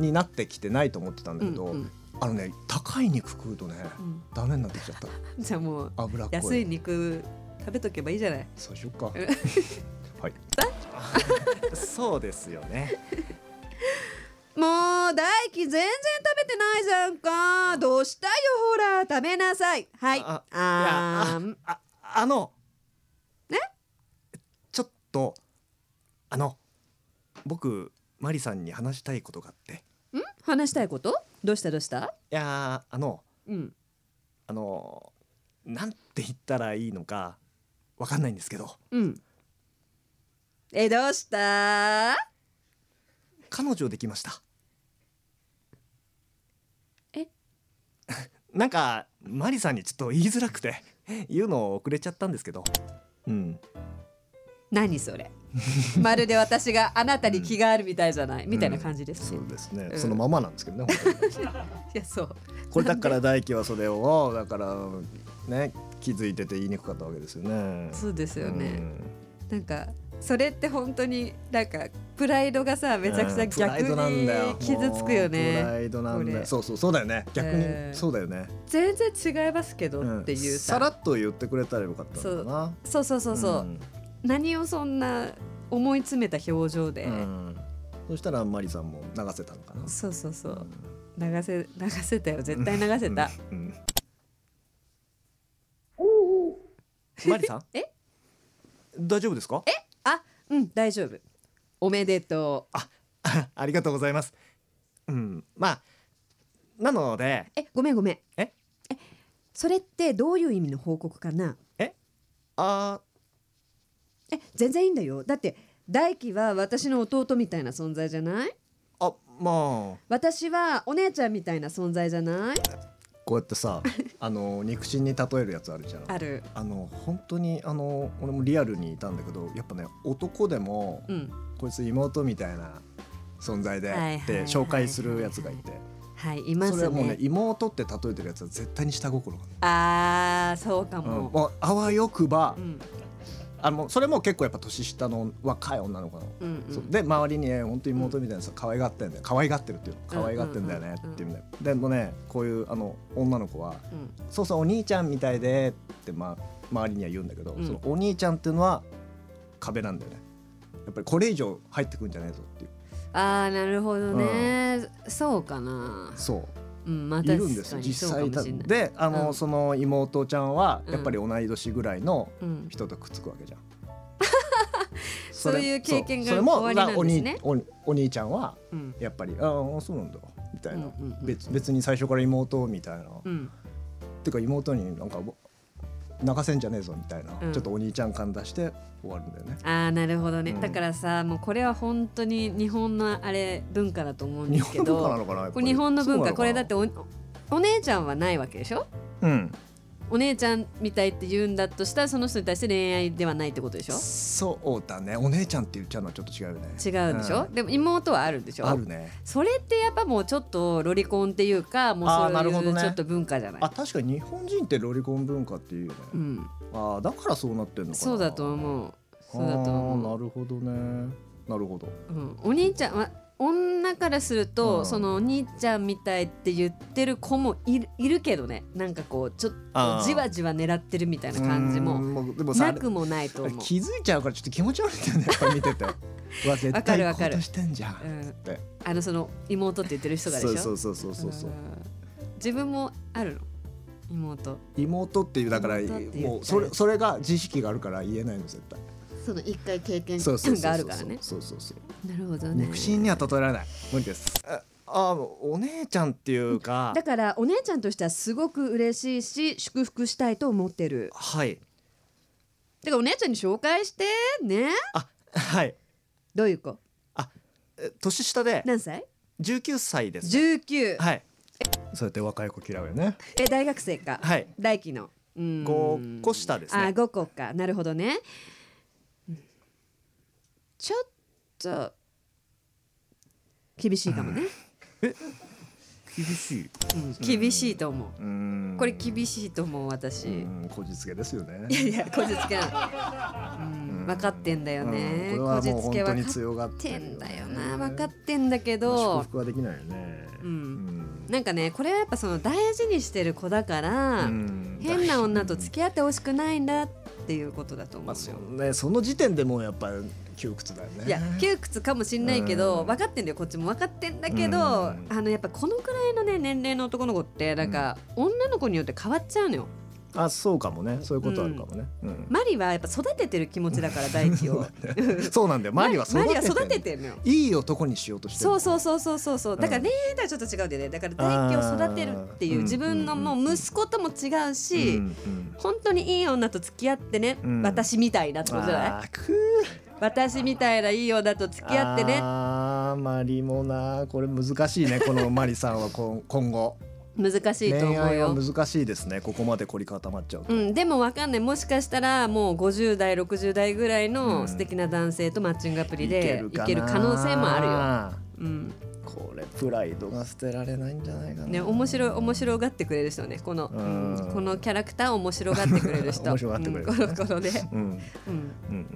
になってきてないと思ってたんだけど、
うんうん
あのね高い肉食うとね、
うん
ダメになってきちゃった
じゃあもう
脂っこい
安い肉食べとけばいいじゃない
そうしよっ [laughs] かはい [laughs] そうですよね
もう大輝全然食べてないじゃんかどうしたよほら食べなさいはい
あ
あーん
ああの
ね
ちょっとあの僕マリさんに話したいことがあってい
ん話したいことどうしたどうした
やーあの
うん
あのなんて言ったらいいのかわかんないんですけど
うんえどうした
彼女できました
え
[laughs] なんかマリさんにちょっと言いづらくて言うの遅れちゃったんですけどうん
何そ
[laughs]
れまるで私があなたに気があるみたいじゃない、みたいな感じです、
そうですね、
うん
そのままなんですけどね本当に [laughs]
いやそう
これだから大輝はそれをだからね気づいてて言いにくかったわけですよね。
そうですよね、
うん
なんかそれって本当になんかプライドがさめちゃくちゃ
プラ
逆
イドなんだよ
に傷つくよ
もうプラ
ね
イドなんだ
これ
よ。そうそうそうだよね。逆に、
えー
そうだよね。
全然違いますけど
うん
っていう
さ
さ、
らっと言ってくれたらよかったのかな。
そうそうそうそう、
ん
何をそんな思い詰めた表情で、
うんそしたらマリさんも流せたのかな。
そうそうそううん流せ流せたよ絶対流せた、。？
うんうんマリさん
え？
大丈夫ですか？え？
あうん大丈夫おめでとう
あ [laughs] ありがとうございます。うん、まあなので、
えごめんごめん
え
それってどういう意味の報告かな
え、あ
え全然いいんだよだって大輝は私の弟みたいな存在じゃない
ー、あ、まあ
私はお姉ちゃんみたいな存在じゃない
こうやっ
[laughs]
てさ、あの肉親に例えるやつあるじゃん。
ある
あの本当にあの俺もリアルにいたんだけど、やっぱね男でも
うん
こいつ妹みたいな存在で
はいはいはい
って紹介するやつがいて
はいいま
それ
す
はもう
ね
ね妹って例えてるやつは絶対に下心がない
ああそうか
うん
も、
もうあわよくば
うん
あのそれも結構やっぱ年下の若い女の子の
うんうん
そうで周りにね本当妹みたいなさ可愛がってんだよ可愛がってるっていうの可愛がってんだよねっていうねでもねこういうあの女の子は
うん
「そうそうお兄ちゃんみたいで」って、まあ、周りには言うんだけど、
うん
そのお兄ちゃんっていうのは壁なんだよねやっぱりこれ以上入ってくんじゃねえぞっていう
ああなるほどね、そうかな
そう
うんまあ
いる
確
んです
か
よ
に
実
そうかも
際た
しれない
であの、
うん
その妹ちゃんは
うん
やっぱり同い年ぐらいの
うん、
人とくっつくわけじゃん、
[laughs] そう
れ
いう経験が
そうそれ
おありなんですね
もお兄おお兄ちゃんは
うん
やっぱり「ああそうなんだ」みたいな、
うんうんうん
別別に最初から妹みたいな、
うん
てか妹になんかも泣かせんじゃねえぞみたいな、
うん
ちょっとお兄ちゃん感出して終わるんだよね。
ああなるほどね、
うん
だからさもうこれは本当に日本のあれ文化だと思うんで
日
すけ
本の文化な
ど
のかなやっ
こ
ぱ
れ
り
日本の文化これだって
て
おお姉ちゃんはないわけでしょ
うん
お姉ちゃんみたいって言うんだとしたらその人に対して恋愛ではないってことでしょ
そうだねお姉ちゃんって言っちゃうのはちょっと違うよね
違うでしょ、
ん
でも妹はあるんでしょ
あるね
それってやっぱもうちょっとロリコンっていうかもう
あー
そ
な
う
る
い
ほど
う
ね
ちょっと文化じゃない
あ確かに日本人ってロリコン文化っていうよね、
うん、
ああだからそうなってんのかな
そうだと思うそうだと
あー
思
なるほどねなるほど
う、うん、お兄ちゃんは女からすると、
うん
そのお兄ちゃんみたいって言ってる子もいるいるけどねなんかこうちょっ
あ
と
ー
じわじわ狙ってるみたいな感じ
うー
も
んもうでもさ
なくもないと
あれ
思う。
気づいちゃうからちょっと気持ち悪いんだよねや
[laughs]
っぱ見ててうわ
わ
絶
かるわ
対
か
こ
る
うとしてんじゃんっ
うん
て、
あのその妹って言ってる人がでしょ
そうそうそうそうそう、
うん自分もあるの妹
妹っていうだから
妹って言っちゃう
もうそれそれが自意識があるから言えないの絶対
その一回経験
そうそうそうそう
があるからね
そうそうそう
なるほどね
肉親には例えられない無理ですああもうお姉ちゃんっていうか
だからお姉ちゃんとしてはすごく嬉しいし祝福したいと思ってる
はい
だからお姉ちゃんに紹介してね
あはい
どういう子
あえ年下で
何歳
19歳です
?19、
はいそうやって若い子嫌うよね
え大学生か、
はい
大輝のうん
5個下です
あ
ね
5個かなるほどねうんちょっと厳しいかもね、
厳しい
うん厳しいと思う、
うん
これ厳しいと思う私、
うんこじつけですよね
いやこじつけなの、うん、 [laughs] 分かってんだよね、
うんこれ
こ
は
じ
もう
つ
本
け
当
分
に
かっ
強がっててる
ん
ね
だよな分かってんだけど
祝福はできないよね
う
うんん
なんかねこれはやっぱその大事にしてる子だから、
うん
変な女と付き合ってほしくないんだっていうことだと思
まあ
う
そ
よ、
うねその時点でもうやっぱ窮屈だよね
いや窮屈かもしんないけど、
うん
分かってんだよこっちも分かってんだけど、
うん
あのやっぱこのくらいのね年齢の男の子ってなんか、女の子によって変わっちゃうのよ
あそうかもねそういうことあるかもね、うん
マリはやっぱ育ててる気持ちだから大輝を
そうなんだよ [laughs] マリは育てて
マリは育て
て
てんのよ
いい男にしようとしてる
そうそうそうそうそうそうだから
うん
恋愛とはちょっと違うでねだから大輝を育てるっていう
あー
自分の
うん
もう息子とも違うし、
うんうん
本当にいい女と付き合ってね、
うん
私みたいなってことじゃない
あーくー
私みたいないい女と付き合ってね
あーマリもなこれ難しいねこのマリさんは今今後
難しいと
恋
思う
愛は
よ、
難しいですねここまで凝り固まっちゃうと、
うん、でもわかんないもしかしたらもう50代60代ぐらいうの
ん
素敵な男性とマッチングアプリでい
かな
ける可能性もあ
る
るよ、うん
よこれプライドが捨てられないんじゃないかな
ね、面白い面白がってくれる人ねこの、
うん
うんこのキャラクターを面白がってくれる人
[laughs] 面白がってくれる
うん、このこのね、
うんうん
うん、
うんうん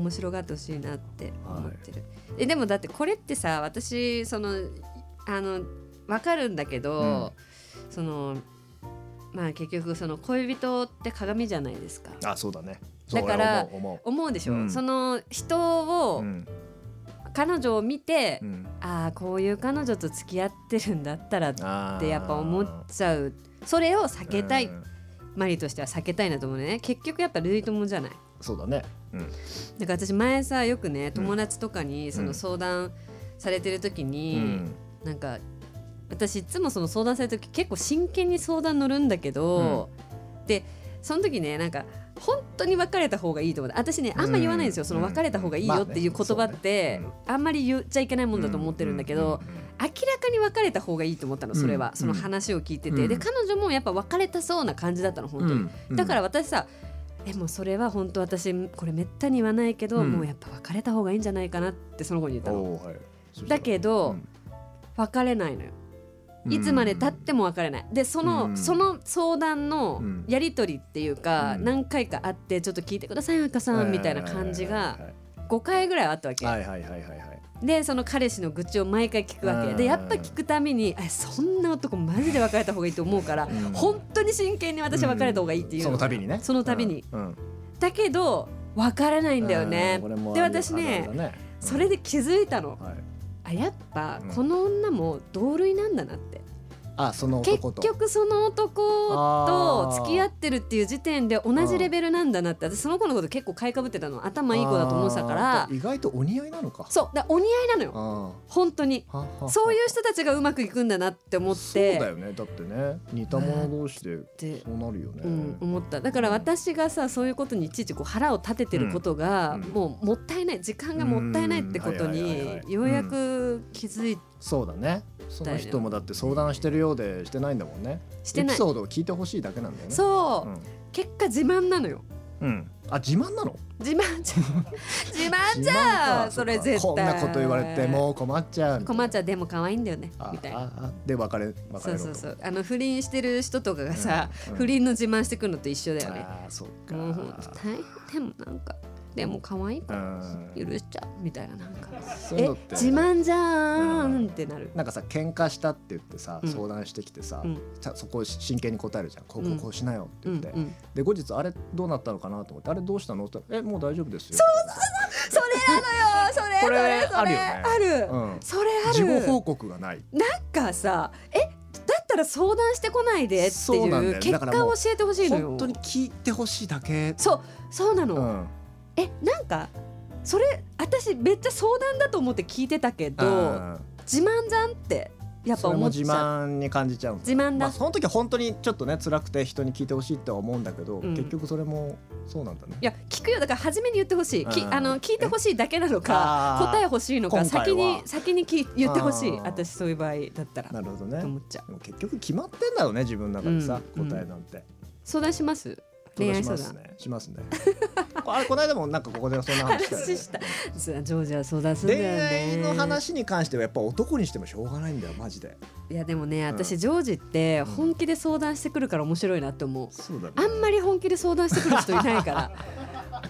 面白がってほしいなって思ってる、えでもだってこれってさ私そのあの分かるんだけど、そのまあ結局その恋人って鏡じゃないですか
あそうだね
だから
そう俺思う
思うでしょ、
うん
その人を、
思ううん
彼女を見て、
うん
ああこういう彼女と付き合ってるんだったらっ
あー
てやっぱ思っちゃうそれを避けたい、
うん
マリとしては避けたいなと思うね結局やっぱ類友じゃない
そうだねうん
なんか私前さよくね友達とかにそうの
ん
相談されてる時
う
に、
ん
なんか私いつもその相談される時結構真剣に相談乗るんだけど、でその時ねなんか本当に別れた方がいいと思って私ねあんま言わないんですよ、
うん
その別れた方がいいよっていう言葉って、
まあねそうね
あんまり言っちゃいけないもんだと思ってるんだけど、
うんうんうん
明らかに別れた方がいいと思ったのそれは、
うん
その話を聞いてて、
うん
で彼女もやっぱ別れたそうな感じだったの本当に。
うん
だから私さ、えもうそれは本当私これめったに言わないけど、
うん
もうやっぱ別れた方がいいんじゃないかなってその子に言ったの
おーはいそしたら
だけど、
うん
別れないのよいつまでたっても別れないでその,、
うん
その相談の
うん
やり取りっていうか、
うん
何回かあってちょっと聞いてください赤さんみたいな感じが5回ぐらいはあったわけ、
はいはいはいはいはいはい
でその彼氏の愚痴を毎回聞くわけ
うん
でやっぱ聞くためにあそんな男マジで別れた方がいいと思うから
ん
本当に真剣に私は別れた方がいいっていう、
その度にね
その度に、
うんうん
だけど別れないんだよね
うんこれも
で
ある
私ね
あるあるだね
それで気づいたの
うんはい
あやっぱ
うん
この女も同類なんだなって
あその
結
男と
局その男と
あー
付き合ってるっていう時点で同じレベルなんだなって私その子のこと結構買いかぶってたの頭いい子だと思ってたから
あー意外とお似合いなのか
そうだお似合いなのよ
あ
本当に
ーはは
そういう人たちがうまくいくんだなって思っ
そう
て
だよねだってね似た者同士で
って
そうなるよね、
うん、思っただから私がさそういうことにいちいちこう腹を立ててることが、
うん
もうもったいない時間がもったいないってこと
うんはいはいはい
に
はい
ようやく気づい
そうだねその人もだって相談してるようでしてないんだもんね
してない
エピソードを聞いてほしいだけなんだよね
そう、
ん
結果自慢なのよ
うん、あ自慢なの
自慢じゃ自慢じ
[laughs] 自慢
ゃ
か
んそれ絶対
こんなこと言われてもう困っちゃうみたいな
困っちゃうでも可愛いんだよね
あ
みたいな
ああで別れ別れろ
そうそうそううあの不倫してる人とかがさ、
うんうん
不倫の自慢してくるのと一緒だよね
ああそうか
もうほんと大変でもなんかでも可愛いか
うん
ら許しちゃうみたいななんか
そういう
え
のって
自慢じゃーんってなる
なんかさ喧嘩したって言ってさ、
うん
相談してきてさ、
うん
ちゃそこを真剣に答えるじゃんこうこうこうしなよって
うん
言
う
って、
ん
で後日あれどうなったのかなと思ってあれどうしたのって言ったらえもう大丈夫ですよそ
それなのよそれ
こ
それ
れ
それ
あるよね
ある、
うん
それあ
事後
る
報告がない
なんかさえだったら相談してこないでって
そうなんだ
い
よ
う
ね
結
だから
果
も
を
う
教えてほしいのよ
本当に聞いてほしいだけ
そうそうなの、
うん
えなんかそれ私めっちゃ相談だと思って聞いてたけど、
うん
自慢じゃんってやっぱ
それも
思っ
自
ちゃう
慢に感じちゃうんです
自慢
まあ、
だ、
その時は本当にちょっとね辛くて人に聞いてほしいっては思うんだけど、
うん
結局それもそうなんだね
いや聞くよだから初めに言ってほしい、き
うん
あの聞いてほしいだけなのか
あー
答え欲しいのか
今回は
先に先にき言ってほしい
あー
私そういう場合だったら
なるほどね
と思っちゃう
でも結局決まってんだろうね自分の中でさ、
うん
答えなんて、
相談します恋愛
しま
相
す
談
ねしますね [laughs] こあれこの間もなんかここでそんな話したよね
話したそうジョージは相談するん
恋
だよね
愛の話に関してはやっぱ男にしてもしょうがないんだよマジで
いやでもね私、
うん
ジョージって本気で相談してくるから面白いなって思う
そうだね
あんまり本気で相談してくる人いないから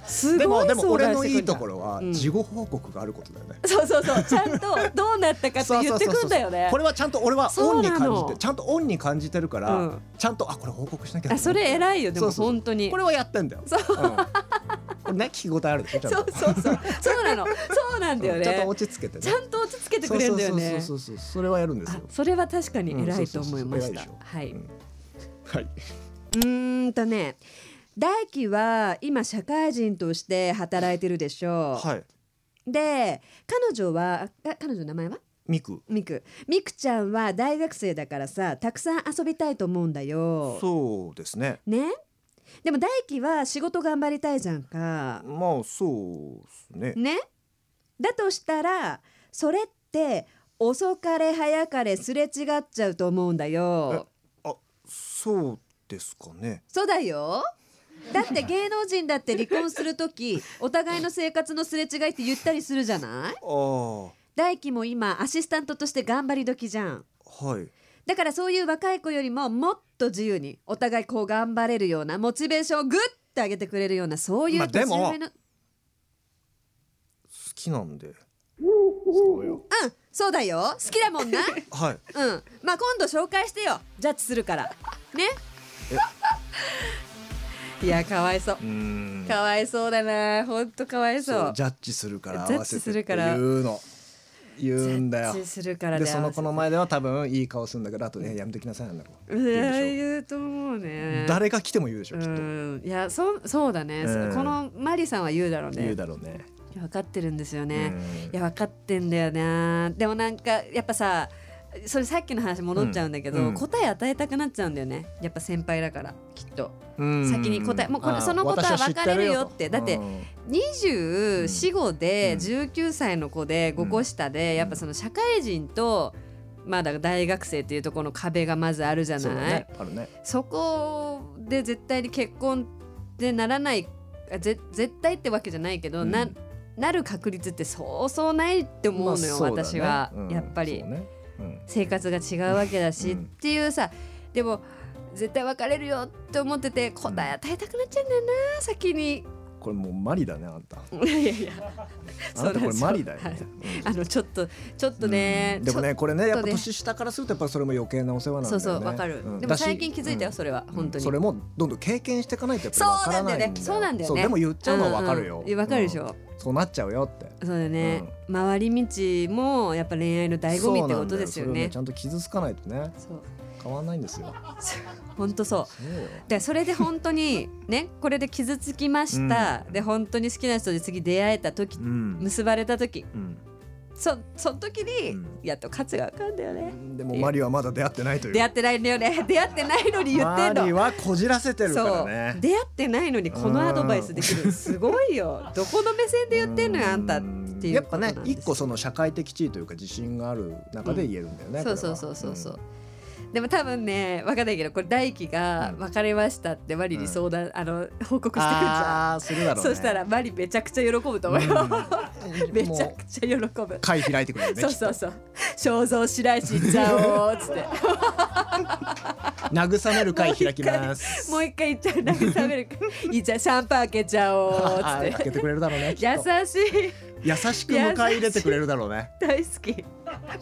す
で
ご
も
い
でも
相
俺
談してくる
のいい
じゃ
と
ん
ころは
うん
事後報告があることだよね、
そうそうそうちゃんとどうなったかって
そう
言
そ
っ
う
て
そう
くんだよ
そう
ね
これはちゃんと俺は
そ
オ
う
ンに
なの
感じてちゃんとオンに感じてるから、
うん
ちゃんとあこれ報告しなきゃ
あそれ偉いよでも
そうそうそう
本当に
これはやってんだよ。
そう
うんこれね、聞き応えあるでしょ、ちゃん
そう。
と
そうそうそうなのそうなんだよ
ちゃんと
ね
落ち着けてね。
ちゃんと落ち着けてくれるんだよね
そうそうそうそうそう、それはやるんです
あ
よ。
それは確かに偉いと思いま
う
し
んそうそうそう偉いで
た
しょ
はい、
うんはい。
うーんとね大輝は今社会人として働いてるでしょう、
はい。
で彼女はあ彼女の名前は
ミク。
みくみくちゃんは大学生だからさたくさん遊びたいと思うんだよ
そうですね。
ねでも大輝は仕事頑張りたいじゃんか
まあ、そうですね。
ねだとしたらそれって遅かれ早かれすれ違っちゃうと思うんだよ
あ、そうですかね。
そうだよだって芸能人だって離婚する
[laughs]
時お互いの生活のすれ違いって言ったりするじゃない
ああ、は
大輝も今アシスタントとして頑張り時じゃん
い。
だからそういう若い子よりももっと自由にお互いこう頑張れるようなモチベーションをグッて上げてくれるようなそうい
まあ
う年
でも
上の、
好きなんで。そうよ。
うんそうだよ好きだも
[laughs]
んなう
はい。
んまあ今度紹介してよジャッジするからね [laughs] いやかわいそう
うーん。
かわいそうだなほんとかわいそう
そうジャッジするから。
ジャ
合
ッ
わ
ジ
せ
す
て
る
っ
か
て言
ら
うの。言うんだよ。
ジャッジするから
で
で
その子の前では多分いい顔するんだけどあとねやめてきなさいなんだろう、
いや
言うでし
言うと思う
ょ
ね
誰が来ても言うでし
う
ょきっと、
んいやそそうだね、
うん
このマリさんは言うだろう
言
ね
うだろうね
いや分かってるんですよね、
う
い
ん
や分かってんだよなでもなんかやっぱさそれさっきの話戻っちゃうんだけど、
うんうん
答え与えたくなっちゃうんだよねやっぱ先輩だからきっと
うん
先に答えもうこれ
ああ
そのことは
私知
分かれるよってだって
うん
245で
うん
19歳の子で5個下で、やっぱその社会人とまあだから大学生っていうところの壁がまずあるじゃない
そうだねあるね
そこで絶対に結婚ってならないあぜ絶対ってわけじゃないけど、
うん
ななる確率ってそうそうないって思うのよ、
まあそうだね
私は、
うん
やっぱり
そうねうん
生活が違うわけだし、
うん
っていうさでも絶対別れるよって思ってて答え与えたくなっちゃうんだよな先に [laughs]
これもうマリだねあんた
いやいやいや
あんたこれマリだよ
はい
ねうん
あのちょっとちょっとね、
うんでも
ちょ
ねこれねやっ
ちょっ
ぱ
とね
年下からするとやっぱそれも余計なお世話なんだ
そ
よ
う
ね
そうわかる、
うん
でも
だし
最近気づいたよ
うん
それは、本当に
それもどんどん経験していかないとやっぱりわからないんだよ
そうなんだよねそうなんだよね
そうでも言っちゃうのはわかるよ
うんうんわかるでしょ、
うんそうなっちゃうよって
そうだよね、回り道もやっぱ恋愛の醍醐味ってことですよ
そうなんだそれを
ね
ちゃんと傷つかないとね
そう
変わんないんですよ
本当そう
そうよ
でそれで本当にね [laughs] これで傷つきました、
うん
で本当に好きな人で次出会えた時、
うん
結ばれた時
うん
そその時に、
うん
やっと勝つが分かんだよね、
でもマリはまだ出会ってないという
出会ってないんだよ
[laughs]
ね出会ってないのに言ってん
マリ
の
はこじらせてるか
そう
らね
出会ってないのにこのアドバイスできるすごいよどこの目線で言ってんのよあんたってい
や
う
っ
こと
ぱ
なん
ね
です
一個その社会的地位というか自信がある中で言えるんだよね、これ
そう
は
そうそうそうそう、でも多分ね分かんないけどこれ大輝が
うん
別れましたってマリに相談、あの報告してくるじゃん
ああするだろう、ね、
そしたらマリめちゃくちゃ喜ぶと思うよ、
うん
めちゃ
も
くちゃ喜ぶ
う。会開いてくれるね
そうそうそう。肖像白石行っちゃおうっつ
[laughs]
って。
きっと慰める会開きます
もう一回行っちゃう。慰
[laughs]
めるから。いいじゃんシャンパン開けちゃおうっ
あ
つ
ー
っ
開
て。
けてくれるだろうねきっと
優しい
優しく迎え入れてくれるだろうね
大好き。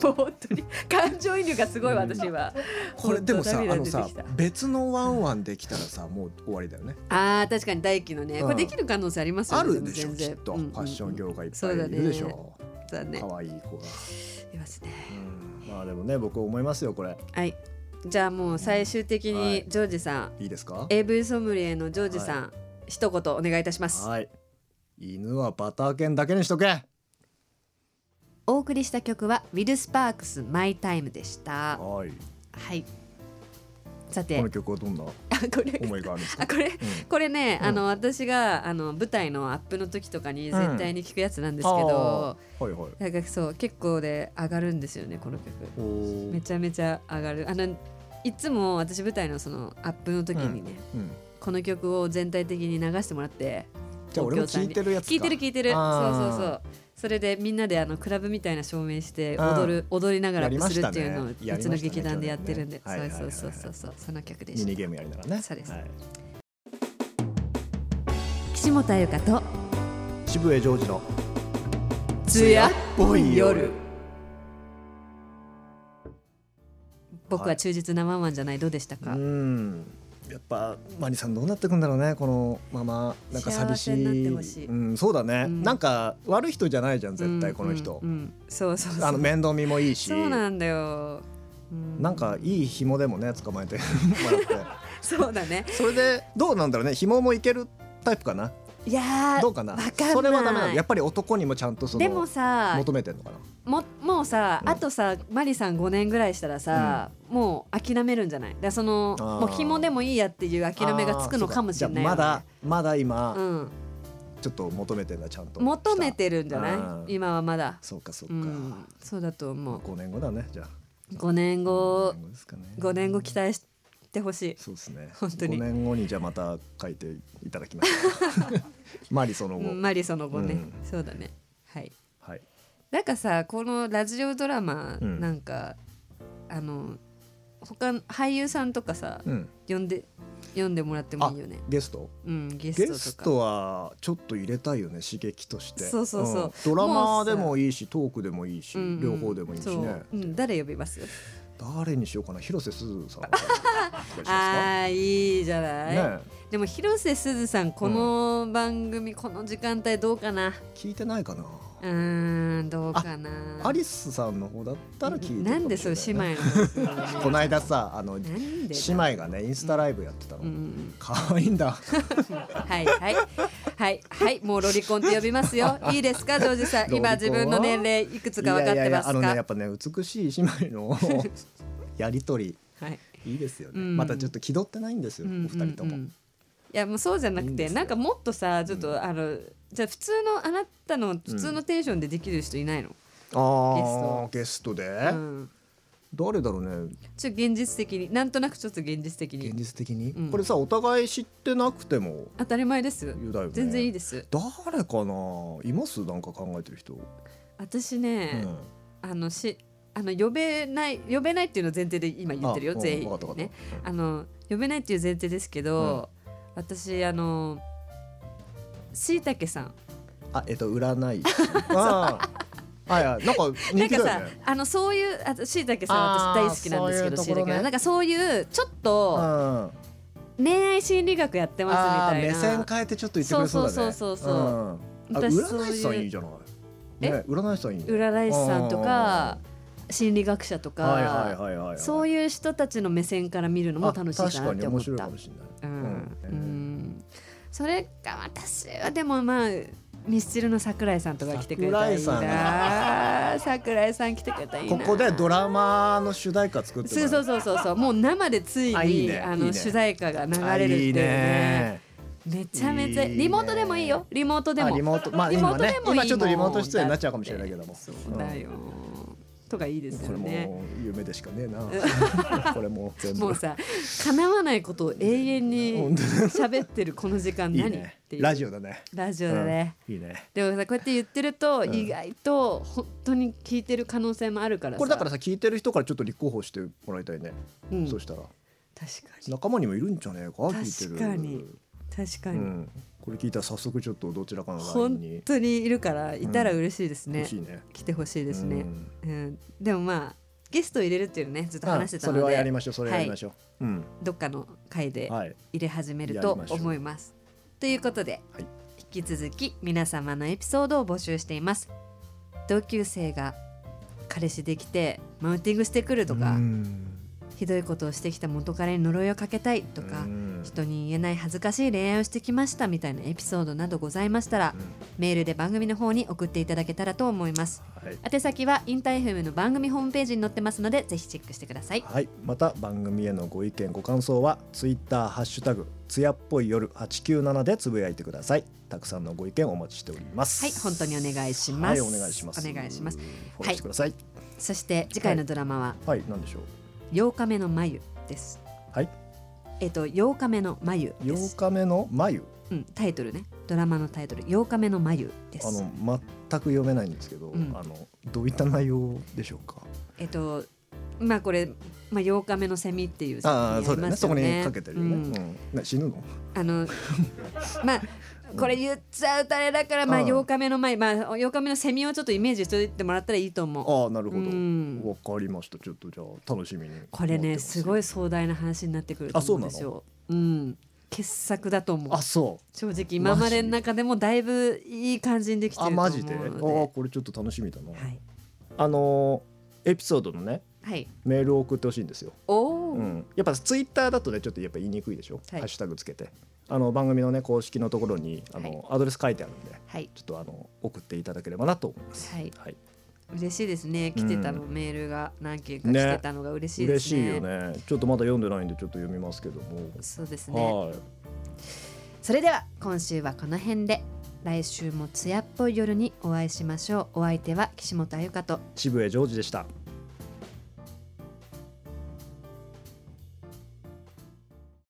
もう本当に感情移入がすごい私は。
これでもさあ
本当涙
の
出
さ
てきた
別のワンワンできたらさもう終わりだよね
あー確かに大輝のね、
うん
これできる可能性ありますよ
あ
ね。
るでしょ
も
き
全
っと
然
ファッション業界いっぱいい
うんうん
る
うん
でしょ
そうだね。そうだね
可愛い子が
いますね。
うんまあでもね僕思いますよこれ
はい。じゃあもう最終的
は
に
い
ジョージさん、
いいですか
AV ソムリエのジョージさん、一言お願いいたします。
はい犬はバター犬だけにしとけ
お送りした曲はウィル・スパークス「マイ・タイム」でした。
はい
はい。さて、
この曲はどんな
あこれ
思いがあるんです
あ
か
これ
うん
これね、
うん
あの私があの舞台のアップの時とかに絶対に聞くやつなんですけど、
あーはいはい
なんかそう結構で上がるんですよねこの曲。
おー
めちゃめちゃ上がる。あのいつも私舞台のそのアップの時にね、
うん
この曲を全体的に流してもらって。
じゃあ俺も聞いてるやつか
聞いてる聞いてるそう
あ
そ
ー
うそうそれでみんなであのクラブみたいな照明して
あー
踊る踊りながらアップするっていうのを
やりましたねや
う
り
ち
ま
の
したね
劇団でやってるんで、
去年ねはい
そうそうそうそうそうその曲でし
ミ
た
ニゲームやりながらね
そうです
はい
岸本彩香と
渋谷ジョージの
ツヤっ
ぽい夜
僕は忠実なママじゃないどうでした
う
か、
んやっぱマリさんどうなってくんだろうねこのままなんか寂しい
幸せになってほしい
うん、そうだね、
うん
なんか悪い人じゃないじゃん絶対この人、
うんうんうんそうそうそう
あの面倒見もいいし
そうなんだよ、う
なんかいい紐でもね捕まえてもら
[laughs]
っ
そうだね
てそれでどうなんだろうね紐もいけるタイプかない
やー
どうかな
わかんない
それはダメなのやっぱり男にもちゃんとそ
でも
の
さ
求めてんのかな
ももうさ、
うん
あとさマリさん5年ぐらいしたらさ、もう諦めるんじゃないだからその
あー
もう紐でもいいやっていう諦めがつくのかもしれないよ
あーそうかじゃあまだまだ今、
うん、
ちょっと求めてんだちゃんと
求めてるんじゃな
う
い
ん
今はまだ、
そうかそう
う
か、
ん、そうだと思う
5年後だねじゃあ
5年後
五年ですかね
5年後期待してほしい
そうですね
本当に
5年後にじゃあまた書いていただきます
[laughs]
マリその後、
うんマリその後ね、
うん
そうだねはい
はい
なんかさこのラジオドラマ、
うん
なんかあの他の俳優さんとかさ、
うん
呼んで読んでもらってもいいよね
ゲスト
うんゲスト
ゲ
とか
ストはちょっと入れたいよね刺激として
そうそうそうん
ドラ
も
マ
うさ
でもいいしトークでもいいし、
うんうん
両方でもいいし
そ
ね
ううん、誰呼びます
誰にしようかな広瀬す
[laughs]
ずさんとかどうしま
あーいいじゃ
す
ない、
かね
でも広瀬すずさんこの番組、この時間帯どうかな
聞いてないかな、
うーんどうかな
アリスさんの方だったら聞いてる
なんで
か
そ
も
う
し
姉
れ
妹の [laughs]
ないね
話な
この間さあの姉
んでだ
妹がねインスタライブやってたの、
うんうん
可愛いんだ
はいはいはいはいもうロリコンって呼びますよいいですかジョージさん今
ロリ
自
コン
分の年齢いくつか分かってますか
いやいやいやあのねやっぱね美しい姉
[laughs]
妹のやりとり
はい
いいですよね、
うん
またちょっと気取ってないんですよ、お二人とも、
うんうんうんいやもうそうじゃなく
いいん
て
ですよ
なんかもっとさちょっと、あのじゃあ普通のあなたの普通のテンションでできる人いないの、
ああゲストで、
うん
誰だろうね
ちょっと現実的になんとなくちょっと現実的
現
に
実的に、
うん
これさお互い知ってなくても
当たり前です
言うだよね
全然いいです
誰かないますなんか考えてる人、
私
う
ね、
ん
あのしあの呼べない呼べないっていうのを前提で今言ってるよ
あ
全員
うんわかったわかっ
ね
た
あの呼べないっていう前提ですけど、私あのしいたけさん
あえっと
[laughs]
占い師あーはいはいなんか
な
人
ん
気
か
だ
さ
よね
あのそういうあしいたけさん
あー
私大好きなんですけど
そう
し
い
いた
うところね
けなんかそういうちょっ
うん
と
あ
恋愛心理学やってます
ー
みたい
目
な
線変えてちょっと言ってくれそうだね
そうそうそうそうそうん
あ
私そう
占い師さんい
い
いうじゃない
え
ね占い師さんいいね
占い師さんとか心理学者と
う
か、
んはいはいはいはいはい
そういう人たちの目線から見るのも楽しいか
あ
な
確か
っ
に
て思
面
っ
白い
た
かもしれな
う
い
ん
う
うんんそれが私はでもまあミスチルの桜井さんとか来てくれたらいいな桜井さん来てくれたらいいな
ここでドラマの主題歌作っても
そ
ら
うそううそうそうそうもう生でついに
あ
あ
いいねいい
の
ね
主題歌が流
あ
れるって
い
い
いう
ね
ね
めちゃめちゃ
いいね
リモートでもいいよリモートでも
あリモートまあ
リモー
今
トでも
ね
いいもん
今ちょっとリモート出演になっちゃうかもしれないけども
そうだよとかいいで
うん
すよ
これ
ね
もう夢でしかねえな [laughs] これもう全
も
部
うさ叶わないことを永遠
本
に
当
喋ってるこの時間
いい
何
ね
っていう
ラジオだね
ラジオだね、
うんいいね
でもさこうやって言ってると
ん
意外と本当に聞いてる可能性もあるからさ
これだからさ聞いてる人からちょっと立候補してもらいたいね
うん、
そ
確
う
か
したら
に
仲間にもいるんじゃねえか聞いてる
確かに確か
う
に、
んこれ聞いたら早速ちょっとどちらかのライン
本
に
当にいるからいたら嬉しいですね
欲、しいね
来てほしいですね
う、ん
うんでもまあゲストを入れるっていうのねずっと話してたの
あそれはやり
で
ましょうそれはやりましょううん
どっかの回で
はい
入れ始める
やり
と
ましょう
思います。ということで、
はい
引き続き皆様のエピソードを募集しています。同級生が彼氏できてマウンティングしてくるとか、
うん
ひどいことをしてきた元彼に呪いをかけたいとか、
うん
人に言えない恥ずかしい恋愛をしてきましたみたいなエピソードなどございましたら、メールで番組の方に送っていただけたらと思います。
はい
宛先はインターフェムの番組ホームページに載ってますのでぜひチェックしてください。
はい、また番組へのご意見ご感想はツイッターハッシュタグつやっぽい夜897でつぶやいてくださいたくさんのご意見お待ちしております
はい、本当にお願いします。
はいお願いします
お願いします。
フォローしてください
そして次回のドラマは
はい、なんでしょう
8日目の眉です。
はい
えっと8日目の眉で
8
す。
日目の眉
うん、タイトルね。ドラマのタイトル8日目の眉で
あ
す。
の全く読めないんですけど、
うん
あのどういった内容でしょうか
えっとまあこれまあ8日目のセミっていう
ああ
作
そう
品
だよ
り
ね
ます
そこにかけてるよね,、
う
うんんね死ぬの
あ
[laughs]
のまあこれ言っちゃうとあれだからまあ
うん
8日目の眉まあ8日目のセミをちょっとイメージしておいてもらったらいいと思う。
ああなるほど
う
わ、
ん
かりましたちょっとじゃあ楽しみに
これねすご
い
い壮大な話になってくると
あそ
思
う
うん
な
で
の
すよ。うん、傑作だと思う
あそう
正直今までの中でもだいぶいい感じにできてると
あ
思う
マ
の
ジ
で
でああ
は
これちょっと楽しみだな、
い、
あのーエピソードのね
はい、
メールを送ってほしいんですよ、
おお、
うん、やっぱツイッターだとねちょっとやっぱ言いにくいでしょ、
はい
ハッシュタグつけてあの番組のね公式のところにあの、
はい
アドレス書いてあるんで
はい
ちょっとあの送っていただければなと思います
はい
はい、
嬉しいですね来てたの、
う
メールが何件か来てたのが嬉しいで
嬉
す
し
ね
いよねちょっとまだ読んでないんでちょっと読みますけども、
そうですね
はい
それでは今週はこの辺で来週も艶っぽい夜にお会いしましょうお相手は岸本あゆかと
渋谷ジョージでした